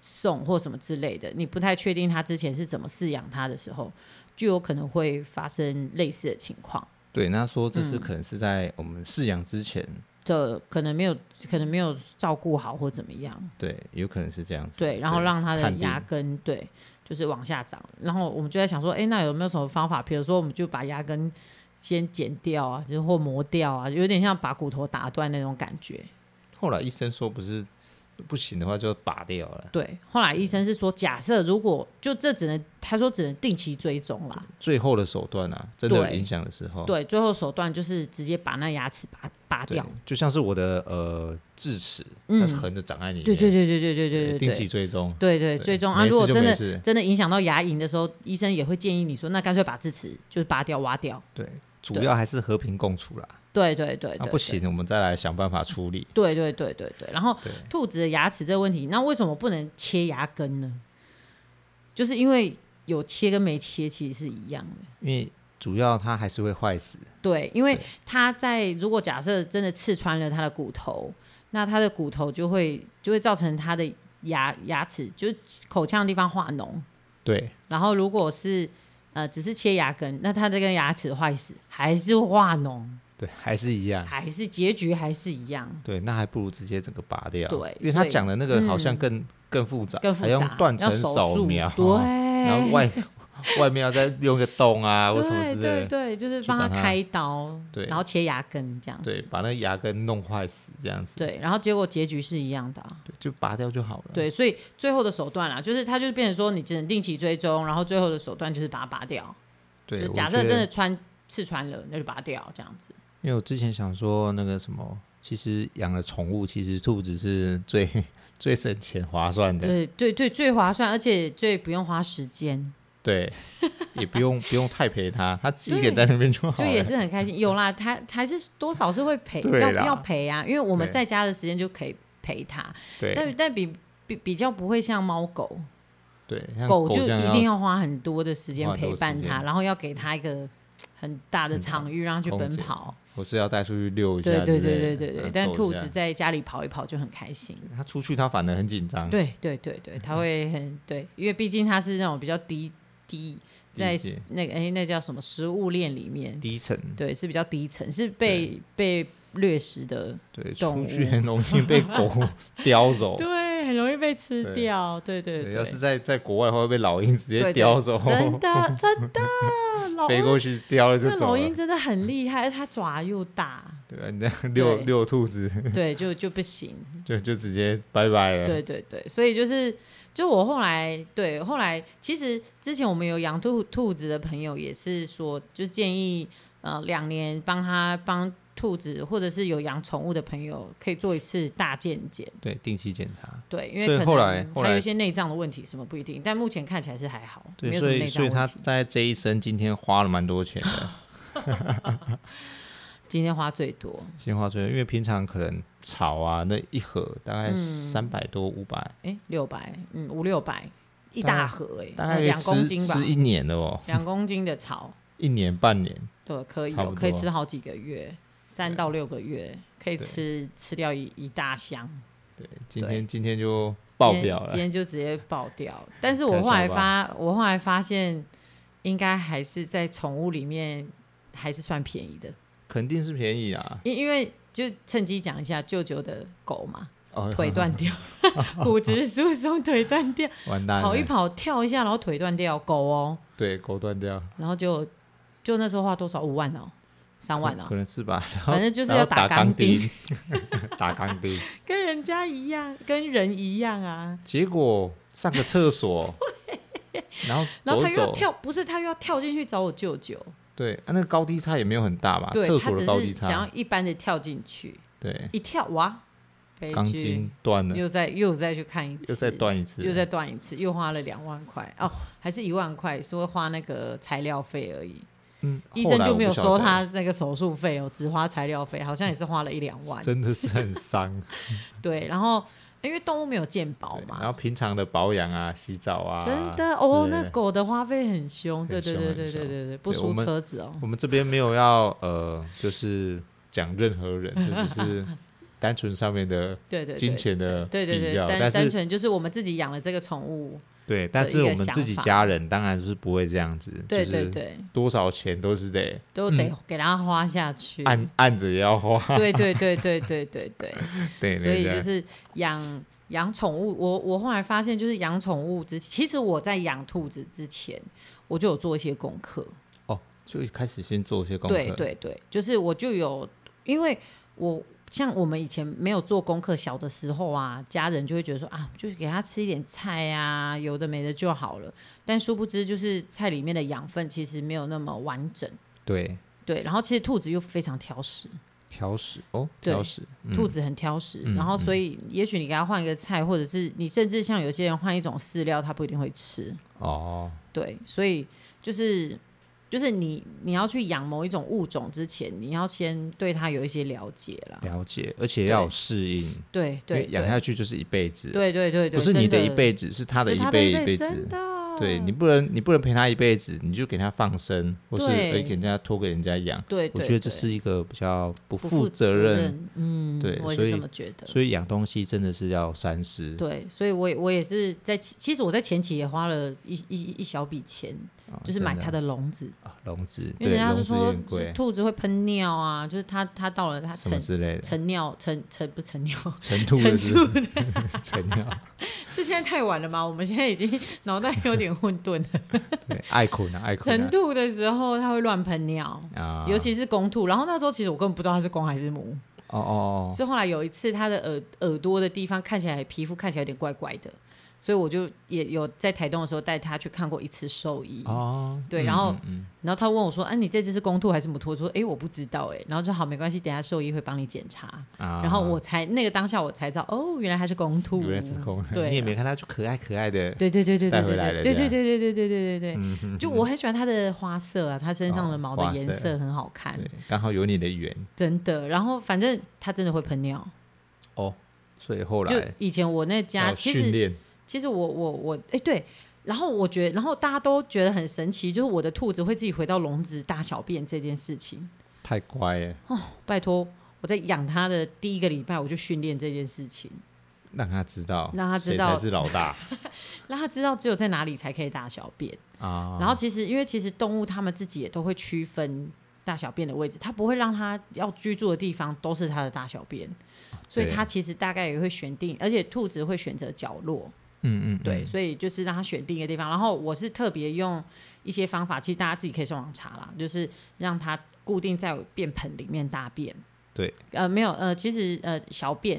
送或什么之类的，你不太确定他之前是怎么饲养它的时候，就有可能会发生类似的情况。
对那说这
嗯
是可能是在我们饲养之前，
这可能没有，可能没有照顾好或怎么样，
对，有可能是这样子，
对，然后让它的
判定
牙根对，就是往下长。然后我们就在想说，哎，那有没有什么方法？比如说，我们就把牙根先剪掉啊，就是或磨掉啊，有点像把骨头打断那种感觉。
后来医生说不是不行的话就拔掉了，
对，后来医生是说，假设如果就这只能，他说只能定期追踪啦。
最后的手段啊，真的有
对
影响的时候，
对，最后手段就是直接把那牙齿拔拔
对
掉。
就像是我的呃智齿，
嗯
它是横着长在里面，
对对对对对对对
定
对
期
对。
追踪，
对对，最终啊，
没事
如果
就
真
没
的
事
真的影响到牙龈的时候，医生也会建议你说，那干脆把智齿就是拔掉、挖掉。
对，主要还是和平共处啦，
对对对对
啊
对
不行，我们再来想办法处理，
对对对对对。然后
对
兔子的牙齿这个问题，那为什么不能切牙根呢？就是因为有切跟没切其实是一样的。
因为主要它还是会坏死，
对，因为
对
它在如果假设真的刺穿了它的骨头，那它的骨头就会就会造成它的牙牙齿就是口腔的地方化脓。
对， [laughs]
然后如果是呃只是切牙根，那它这根牙齿坏死还是化脓，
对，还是一样。
还是结局还是一样。
对，那还不如直接整个拔掉。
对
因为他
所以
讲的那个好像
嗯
更、更复杂，
更复
还用
杂
断层
要手
扫
术
描，
对，
然后外外面要再用个洞啊，或什么
哎对
之类
对
的，
对，就是
去
帮
把
他
它
开刀，
对
然后切牙根这样子，
对，把那牙根弄坏死这样子，
对，然后结果结局是一样的啊、
对，啊就拔掉就好了。
对，所以最后的手段啦，就是它就是变成说你只能定期追踪，然后最后的手段就是把它拔掉，
对，
就
我
假设
觉
真
得
的穿刺穿了，那就拔掉这样子，
因为我之前想说那个什么，其实养了宠物，其实兔子是最最省钱划算的，
对对对，最划算，而且最不用花时间，
对，也不用不用太陪它，它自己一个人
对
在那边就好
就
了。
也是很开心。有啦，他还是多少是会陪，
对
要
啦
要陪啊，因为我们
对
在家的时间就可以陪它，
对
但但比比比较不会像猫狗，
对，像
狗就
这样
一定要花很多的时间
花很多
陪伴
时
它，
间嗯
然后要给它一个很大的场域让它去
空
奔
间
跑。
我是要带出去遛一下
对
之类
对
的，
对对对对
呃，
但
走一
兔
下嗯
子在家里跑一跑就很开心。
他出去他反而很紧张，
对对对对，
嗯
它会很对，因为毕竟它是那种比较低低在
理解
那个哎那叫什么食物链里面，
低沉，
对是比较低层，是被被掠食的，
对，
动
出
物
去很容易被狗 [laughs] 叼
[laughs]
走。
对，很容易被吃
哦对
掉。对对
对
对，
要是在在国外的话，会被老鹰直
对
接
对
叼走，
真的真的
[laughs]
老
飞
鹰
过去叼了就
这
走
老
了
鹰。真的很厉害，它爪又
[laughs]
大，
对啊，你这样遛
对
遛兔子，
对，就就不行。
就就直接拜拜了。
对对对，所以就是，就我后来对后来，其实之前我们有养兔兔子的朋友也是说，就建议呃两年帮他帮兔子，或者是有养宠物的朋友可以做一次大健检。
对，定期检查。
对，因为
所以
可
后来
能
后
还有
来
一些内脏的问题，什么不一定，但目前看起来是还好，
对
没，有什
所
么
以
内
所
脏
以他
问题。
在这一生今天花了蛮多钱
[laughs]
的，
今天花最多，
今天花最多，因为平常可能草啊那一盒大概
嗯
三百多五百，
哎，六百，嗯，五六百，一
大概
大盒哎、
大概
两
吃
公斤吧
吃，一年的哦，
两公斤的草。
一年半年。
对，可以
差
有，
不
可以
多
吃好几个月，三到六个月，可以
对
吃吃掉一一大箱，
对，今
对
天今天就爆
今天
表了
今。天就直接爆掉。但是
开始
我后来
好不好
发，我后来发现，应该还是在宠物里面还是算便宜的，
肯定是便宜啊，
因因为就趁机讲一下舅舅的狗嘛，
哦，
腿断掉，骨质疏松，腿断掉，
[laughs] 完蛋了，
[laughs] 跑一跑跳一下，然后腿断掉，狗哦，
对，狗断掉，
然后就就那时候花多少五万哦，三万哦
可，能是吧，
反正就是
然后
要
打
钢钉。
钉， [laughs] 打钢钉，
跟人家一样，跟人一样啊。
结果上个厕
[laughs]
所，然后
然
走
后他
一
又要
走，
跳，不是他又要跳进去找我舅舅，
对，啊那个高低差也没有很大吧，
对
啊厕
他
所的
只
高低
是想
差
要，一般的跳进去，
对，
一跳哇，悲
钢
剧
筋，断了，
又再又再去看一次，
又再，断一次，
又再断一次，又花了两万块哦，还是一万块，说花那个材料费而已，
嗯，
医
后
生
来
就
我
没
不
有
晓
收
得，
他那个手术费哦，只花材料费，好像也是花了一两
[laughs]
万，
真的是很
[laughs]
伤，
对，然后因为动物没有健保
对
嘛
然，后平常的保养啊，洗澡啊，
真的哦，
之类
那狗的花费很凶，对
很
对
凶
对
很
对对
凶
对对，不
对我
输
们
车子哦。
我们这边没有要呃，就是讲任何人，这只
[laughs]
是单纯上面的
对对，对
金钱的
对对
比
对，
较，
单
但
单
是
纯就是我们自己养了这个宠物，
对，但是
一个
我们自己
想法
家人当然是不会这样子，就
对对
是嗯
对，
多少钱都是得
都得给它花下去。
按按着也要花， [laughs]
对对对对对对对，
对
所
对
以就
对，
是养养宠物，我我后来发现就是养宠物之，其实我在养兔子之前，我就有做一些功课。
就开始先做一些功课。
对对对，就是我就有，因为我像我们以前没有做功课，小的时候啊，家人就会觉得说啊，就是给他吃一点菜啊，有的没的就好了。但殊不知，就是菜里面的养分其实没有那么完整。
对
对，然后其实兔子又非常挑食，
挑食哦，
对
挑食，嗯
兔子很挑食，
嗯
然后
嗯
所以也许你给它换一个菜，或者是你甚至像有些人换一种饲料，它不一定会吃。
哦，
对，所以就是就是你你要去养某一种物种之前，你要先对它有一些了解啦。
了解，而且要有适应，
对
因
啊对，
为养
对
下去就是一辈子，，
对对对对，
不是你
真
的一辈子，是他的
是
一
它
辈
一
辈
真
子。
的
对你不能，你不能陪他一辈子，你就给他放生，或是
对
呃给人家托给人家养。
对，
我
对
觉得这
对
是一个比较不
不
负责任，
任，嗯，
对
我也
所
是这
以
么觉得。
所以养东西真的是要三思。
对，所以我也我也是在其其实我在前期也花了一一一小笔钱，
啊
就是
真
买
的
它的笼子，
啊笼子，
因
对
为人家
笼
就
子有
说
点贵，
兔子会喷尿啊，就是它它到了它
什
成
么之类的，
成尿成成不成尿，
成兔
成
的是不是 [laughs] 成啊鸟，
是现在太晚了吗？我们现在已经 [laughs] 脑袋有点混沌了。
对，爱捆啊，爱捆
成
啊
兔的时候，它会乱喷尿，
啊，
尤其是公兔。然后那时候其实我根本不知道它是公还是母，
哦哦
是后来有一次它的耳耳朵的地方看起来皮肤看起来有点怪怪的，所以我就也有在台东的时候带它去看过一次兽医。
哦哦，
对
嗯
然后
嗯嗯
然后他问我说：“啊，你这只是公兔还是母兔？”我说：“哎，我不知道哎。”然后就好，没关系，等一下兽医会帮你检查。
啊，
然后我才那个当下我才知道，哦，原来它是公兔。
原来是空，
对啊
你也没看它就可爱可爱的，
对对对对对
带
对
回来了
对
这
对
样
对对对对对对对。
嗯哼
就我很喜欢它的花色啊，它身上的毛
哦花
的
色
颜色很好看，
对，刚好有你的缘
真的。然后反正它真的会喷尿，
哦，所以后
就
来
以前我那家
要
其
训
实
练
其实我我我哎、对，然后我觉得，然后大家都觉得很神奇，就是我的兔子会自己回到笼子大小便这件事情，
太乖了，
拜托。我在养它的第一个礼拜，我就训练这件事情，
让他知道，
让它知
谁
道
才是老大
让它知道只有在哪里才可以大小便。
啊，
然后其实，因为其实动物它们自己也都会区分大小便的位置，它不会让它要居住的地方都是它的大小便，所以
对
它其实大概也会选定，而且兔子会选择角落，
嗯嗯
对，
嗯
所以就是让它选定一个地方。然后我是特别用一些方法，其实大家自己可以上网查啦，就是让它固定在便盆里面大便。
对，
呃，没有，呃，其实呃小便，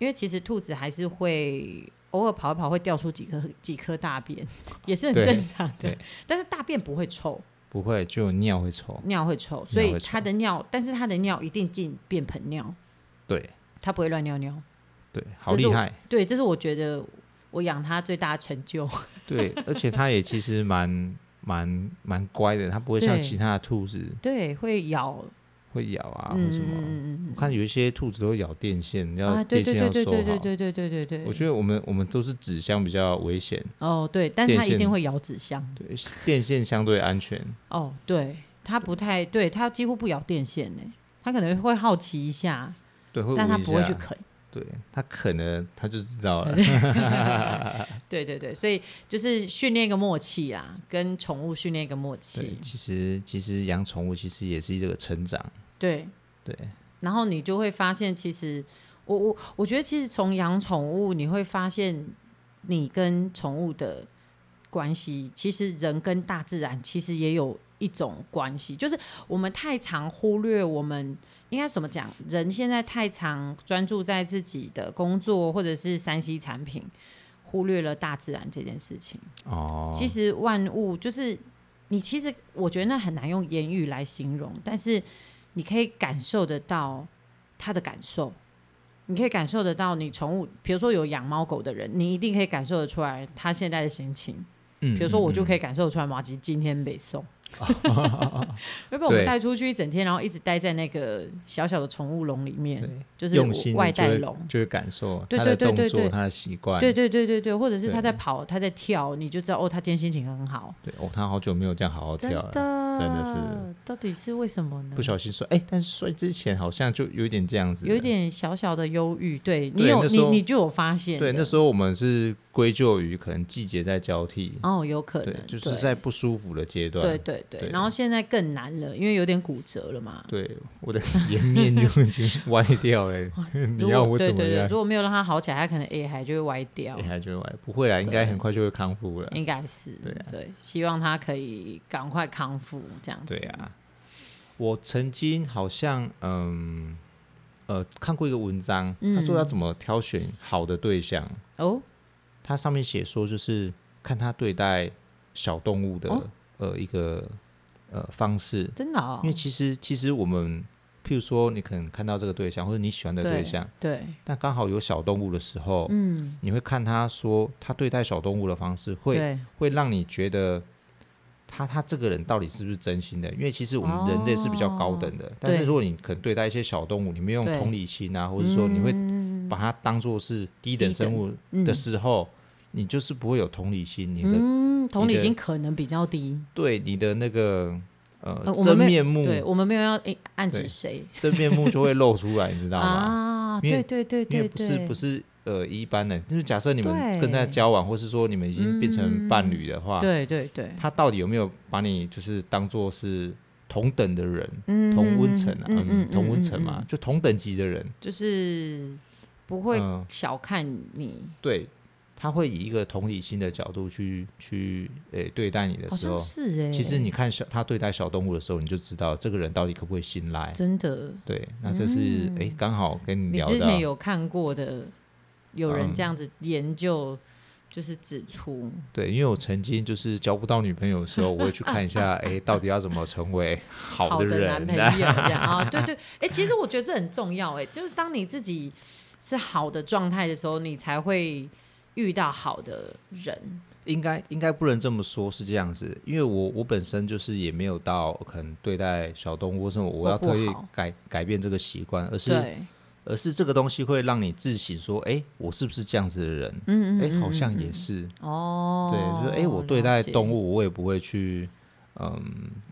因为其实兔子还是会。偶尔跑一跑会掉出几颗几颗大便，也是很
对
正常的
对。
但是大便不会臭，
不会就有尿会臭，
尿会臭，所以
会
它
臭
的尿，但是它的尿一定进便盆尿，
对
它不会乱尿尿。
对，好
这是
厉
我
害，
对，这是我觉得我养它最大的成就。 [laughs]
对，而且它也其实蛮蛮蛮乖的，它不会像
对
其他的兔子
对，会咬，
会咬啊
嗯
或
嗯
什
嗯
么。
嗯
我看有一些兔子都会咬电线，
嗯，啊，
要
对
电
对
线
对
要
对
收
对对
好。
对对对对对，
我觉得我们我们都是纸箱比较危险，
哦对，但是
电
它一
线
定会咬纸箱。
对，电线相对安全。
哦，对，它不太对，它几乎不咬电线呢，它可能会好奇一下，
[laughs] 对，会
[laughs] 但它
闻一
不会
下
去啃。
对它啃了，它就知道了。
对对对，所以就是训练一个默契啊，跟宠物训练一个默
对
契，。
其实其实养宠物其实也是这个成长。
对，
对，
然后你就会发现，其实我我我觉得，其实从养宠物，你会发现你跟宠物的关系，其实人跟大自然其实也有一种关系，就是我们太常忽略我们应该怎么讲，人现在太常专注在自己的工作或者是三 C 产品，忽略了大自然这件事情。
哦，
其实万物就是你，其实我觉得那很难用言语来形容，但是你可以感受得到他的感受，你可以感受得到你宠物，比如说有养猫狗的人，你一定可以感受得出来他现在的心情。
嗯
比如说，我就可
以
以感受得出来，马吉今天
[laughs]
没送。要不然我们
对
带出去一整天，然后一直待在那个小小的宠物笼里面，就是
用心
外
就
带
会
笼。
就会感受
对
它
对
的
对
动
对
作、
对
它的习惯。
对对对对对，或者是
对
他在跑，他在跳，你就知道哦，他今天心情很好。
对哦，它好久没有这样好好
真
跳了。
的，
真的是，
到底是为什么呢？
不小心摔，哎、但是摔之前好像就有一点这样子，
有一点小小的忧郁，对你
对
有
那时
你
候
你就有发现的，
对。那时候我们是归咎于可能季节在交替，
哦，有可
对
能，
就是
对
在不舒服的阶段。
对对对
对
然后现在更难了，因为有点骨折了嘛。
对，我的颜面就已经歪掉
[laughs]
了。 [laughs] 你
如
要
果
我
对
怎么
对对，
样？
如果没有让它好起来，它可能 A 还就会歪掉，
哎还就歪，不会啦，应该很快就会康复了。
应该是
对啊
希望它可以赶快康复这样子。
对啊，我曾经好像嗯呃看过一个文章，他
嗯
说要怎么挑选好的对象，
哦，
它上面写说就是看他对待小动物的、
哦
呃一个呃方式，
真的哦
因，为其实其实我们譬如说你可能看到这个对象或者你喜欢的对象，
对，
但刚好有小动物的时候，
嗯，
你会看他说他对待小动物的方式会
对，
会让你觉得他他这个人到底是不是真心的？因为其实我们人类是比较高等的，但是如果你可能对待一些小动物，你没有用
哦对嗯
同理心啊，或者说你会把它当做是低等生物的时候，你就是不会有同理心，你的、
嗯，同
你
理
的
心可能比较低。
对你的那个呃
呃我们
真
没有
面目
对，我们没有要诶暗
对
指谁
[laughs] 真面目就会露出来，你知道吗？
啊？
因为
对对对
因为
对，
不是
对
不是呃一般人，就是假设你们
对嗯
跟在交往，或是说你们已经变成伴侣的话，
对对对，
他到底有没有把你就是当做是同等的人，
嗯
同温层啊，
嗯嗯
嗯
嗯，
同温
嗯
层嘛，
嗯
就同等级的人，
就是不会
嗯
小看你，
对，他会以一个同理心的角度去去诶、对待你的
好
时
像
候，
是哎、
其实你看小他对待小动物的时候，你就知道这个人到底可不可以信赖。
真的，
对，那这是诶刚、好跟你
你
聊
之
到
前有看过的，有人
嗯
这样子研究，就是指出，
对，因为我曾经就是交不到女朋友的时候，我会去看一
[laughs]
下，诶，到底要怎么成为好的人 [laughs]
男朋友这样啊，对对，哎、其实我觉得这很重要、哎，就是当你自己是好的状态的时候，你才会遇到好的人，
应该应该不能这么说，是这样子，因为我我本身就是也没有到可能对待小动物，或是我要
哦或不
特意
好
改改变这个习惯，而是
对，
而是这个东西会让你自省，说，哎、我是不是这样子的人？
嗯嗯，
哎、
嗯
好像也
嗯
是，
哦，
对，就是哎、我对待动
物。
物，我也不会去，嗯，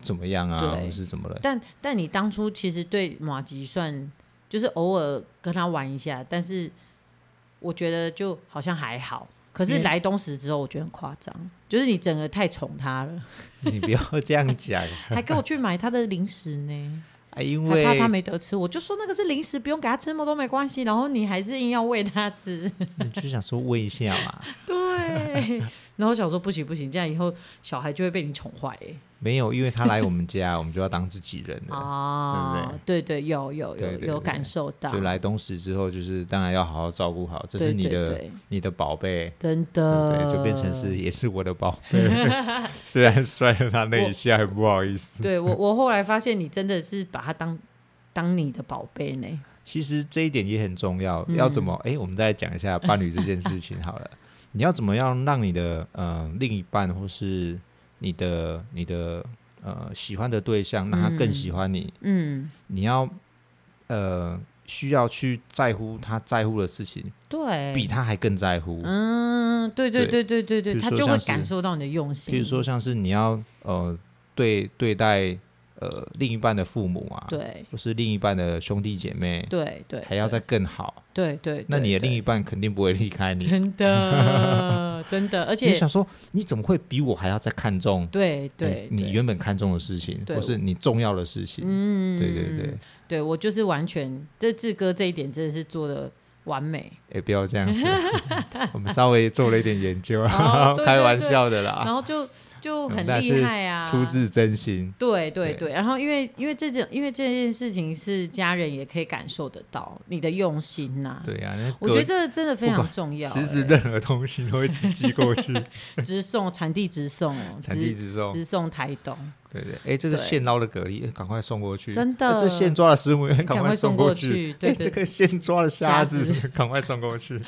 怎么样啊，
对
或是怎么了？
但但你当初其实对马吉算就是偶尔跟他玩一下，但是我觉得就好像还好。可
因
是
为
来东石之后，我觉得很夸张，就是你整个太宠他了，
[laughs] 你不要这样讲，
还跟我去买他的零食
[laughs]
呢，
哎，因
还
为
怕他没得吃。我就说那个是零食，不用给他吃那么多没关系。然后你还是硬要喂他
[laughs]
吃，
你就想说问一下嘛，
对。 [laughs] 然后我想说不行不行，这样以后小孩就会被你宠坏、欸。
没有，因为他来我们家，我们就要当自己人了。
啊，对对，有有
对
有
对
有
对
感受到，
就来东石之后，就是当然要好好照顾好，这是
对
你
对
的
对呃
你的宝贝，
真
对不
的
对？就变成是也是我的宝贝， [laughs] 虽然摔了他那一下，很不好意思。
[laughs]
[laughs]
对我，我后来发现你真的是把它当当你的宝贝呢。
其实这一点也很重要，
嗯
要怎么？哎，我们再讲一
[laughs]
下伴侣这件事情好了。你要怎么样让你的呃另一半或是你的你的呃喜欢的对象，让他更喜欢你？
嗯，
你要呃需要去在乎他在乎的事情，
对，
比他还更在乎。
嗯，对对对对对对，
比如
他
说
就会
像是
感受到你的用心。
比如说，像是你要呃对对待呃另一半的父母啊，，
对，
或是另一半的兄弟姐妹，
对对对，
还要再更好。
对对对，
那你的另
对
一半肯定不会离开你。[laughs]
真的真的，而且
你想说，你怎么会比我还要再看重？
对对
哎，你
对
原本看重的事情，
对
或是你重要的事情，
嗯，
对对对，，
对我就是完全这志哥这一点真的是做的完美。
哎，不要这样
[laughs]
子，我们稍微做了一点研究
哦，对
开玩
对对
笑的
然
啦，
后就就很
但
厉
啊哦是
害啊，
出自真心，
对对
对
对，然后因为因为这件因为这件事情是家人也可以感受得到你的用心呐、
对呀，那
啊我觉得这真的非
不
常
管
重要、
实时
欸
任何东西都会直寄过
[laughs]
去，
直送产地直送哦，
产地
直
直送，
直送台东，
对对，哎，这个
对
现捞的蛤蜊，哎赶快送过去。
真的
哎这现抓的石母，哎
赶
快
快
送
送过
去
去。对
哎
对
这个现抓的虾
虾
子，赶快送过
[laughs]
去。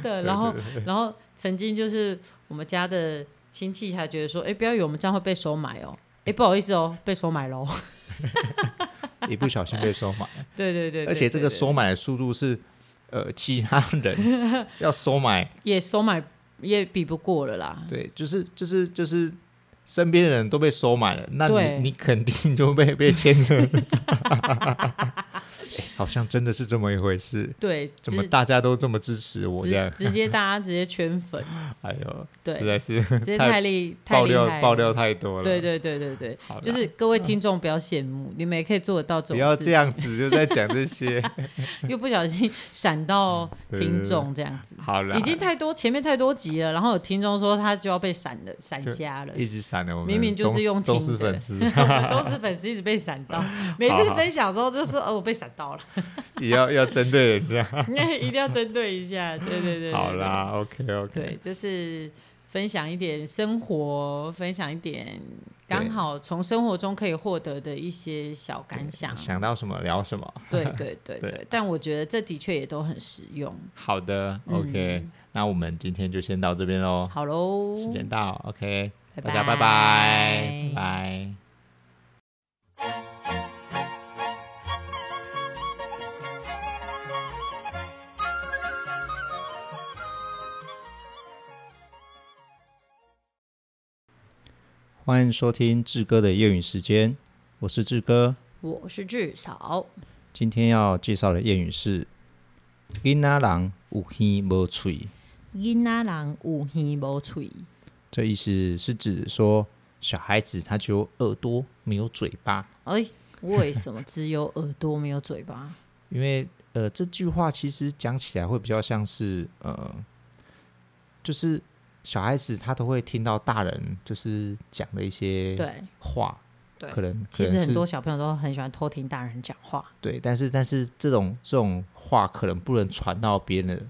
[laughs]
的。然后然后曾经就是我们家的亲戚还觉得说，哎，不要以为我们这样会被收买哦。哎，不好意思哦，被收买喽。
一不小心被收买，
[laughs] 对对对，
而且这个收
买
买的速度是，呃，其他
[laughs]
人要收买，
也收买也比不过了啦。
对，就是就是就是。身边的人都被收买了，那
对
[laughs] 你你肯定就被被牵扯。哎好像真的是这么一回事。
对，
怎么
直
大家都这么支持我这样
直？直接大家直接
[laughs]
圈粉，
哎呦，
对
实在是
直接
太
太厉太
爆
厉
料
害了，
爆料太多了。
对对对对对，
好啦，嗯
就是各位听众不要羡慕，你们也可以做得到这
不
种
要
事
这样子，就在讲这
[laughs]
些。
情，又不小心闪到
嗯对对
听
对
众这样子。
好了，
已经太多，前面太多集了，然后有听众说他就要被闪了，闪瞎
[laughs]
了。
一直闪的我们
明明就是
忠
用
忠
听
实
的
粉丝，
我们忠实粉丝一直被闪到，每
好
次
好
分享之后就说：“哦，我被闪到了。
也要要针对人家。”
一定要针对一下。对对对 [laughs] 对
好，啦，OK OK，
对，就是分享一点生活，分享一点刚好从生活中可以获得的一些小感想。
想到什么聊什么。 [laughs]
对对对
对
对，但我觉得这的确也都很实用。
好的
嗯
，OK，、那我们今天就先到这边喽，
好喽，
时间到，OK，
拜
大家拜拜，拜拜。欢迎收听志哥的谚语时间，我是志哥。
我是志嫂，
今天要介绍的谚语是“囡仔人有耳无嘴”。
囡仔人有耳无嘴，
这意思是指说小孩子他只有耳朵没有嘴巴，
哎，为什么只有耳朵没有嘴巴？
因为呃这句话其实讲起来会比较像是呃，就是小孩子他都会听到大人就是讲的一些
对
话，
对
可能可
其实
能
很
是
多小朋友都很喜欢偷听大人讲话，
对，但是但是这种这种话可能不能传到别人的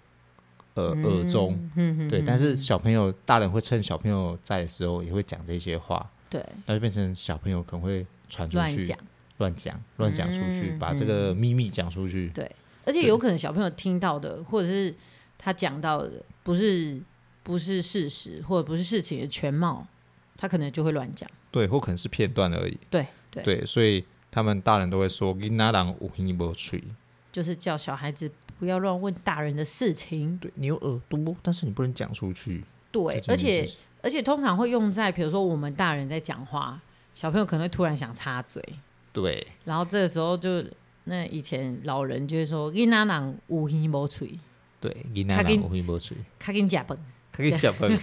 呃耳中。
嗯，嗯
对，
嗯
但是小朋友、大人会趁小朋友在的时候，也会讲这些话，
对
那就变成小朋友可能会传出
乱
去，
讲，
乱讲，乱讲出去，
嗯
把这个秘密讲出去。
对，而且有可能小朋友听到的，或者是他讲到的，不是不是事实，或者不是事情的全貌，他可能就会乱讲。
对，或可能是片段而已。
对对，
对，所以他们大人都会说“囡仔人有耳无嘴
就是叫小孩子不要乱问大人的事”，情。
对你有耳朵，但是你不能讲出去。
对，
这
而
件事
且而且通常会用在，比如说我们大人在讲话，小朋友可能会突然想插嘴，
对
然后这个时候就那以前老人就会说：“囡仔人有耳无嘴，
对，囡仔人有耳无嘴，
卡紧假笨。
可以讲分。
[laughs]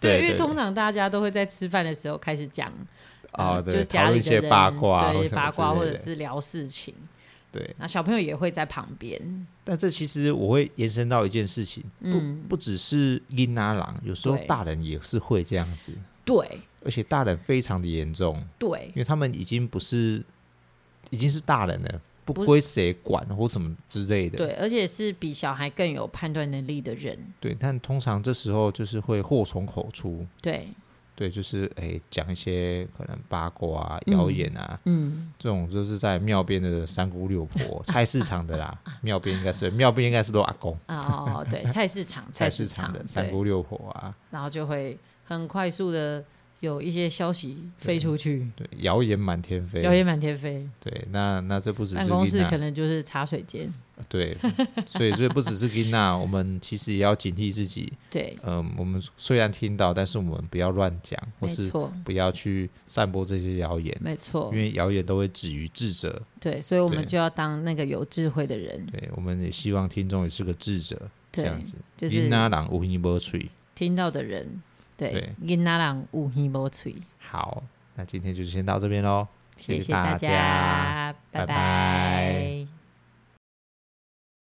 对，因
对
为通常大家都会在吃饭的时候开始讲
啊，
呃
对，
就
讨
家
论
里
一
的
些
人
八卦，啊
对
什么
八
之
卦
类
或者
的
是聊事情，
对。
那小朋友也会在旁边，
但这其实我会延伸到一件事情，不不只是囡仔人，有时候
嗯对
大人也是会这样子，
对
而且大人非常的严重。
对
因为他们已经不是已经是大人了，不
不
归谁管或什么之类的。
对，而且是比小孩更有判断能力的人，
对但通常这时候就是会祸从口出，
对，
对，就是诶讲一些可能八卦啊、
嗯
谣言啊，
嗯，
这种就是在庙边的三姑六婆、菜市场的啦，庙边应该是庙边应该是都阿公，
哦，对，菜市场，
菜
市
场的三
对，
姑六婆啊，
然后就会很快速的有一些消息飞出去，
对，谣言满天飞
谣。言满天飞，
对，那那这不只
办
是
公室可
Gina，
能就是茶水间，
对， [laughs] 所以这不只是 Gina，我 [laughs] 们其实也要警惕自己，
对，
嗯，我们虽然听到，但是我们不要乱讲，或
没
是
错，
不要去散播这些谣言，
没错
因，为谣言都会止于智者。
对，所以我们
对
就要当那个有智慧的人，
对，我们也希望听众也是个智者，这
对
样子。
就是
那朗无音波吹。
听到的人，对
对，
囡仔人有耳无嘴。
好，那今天就先到这边喽，
谢
谢
谢
大
大家，
拜
拜
拜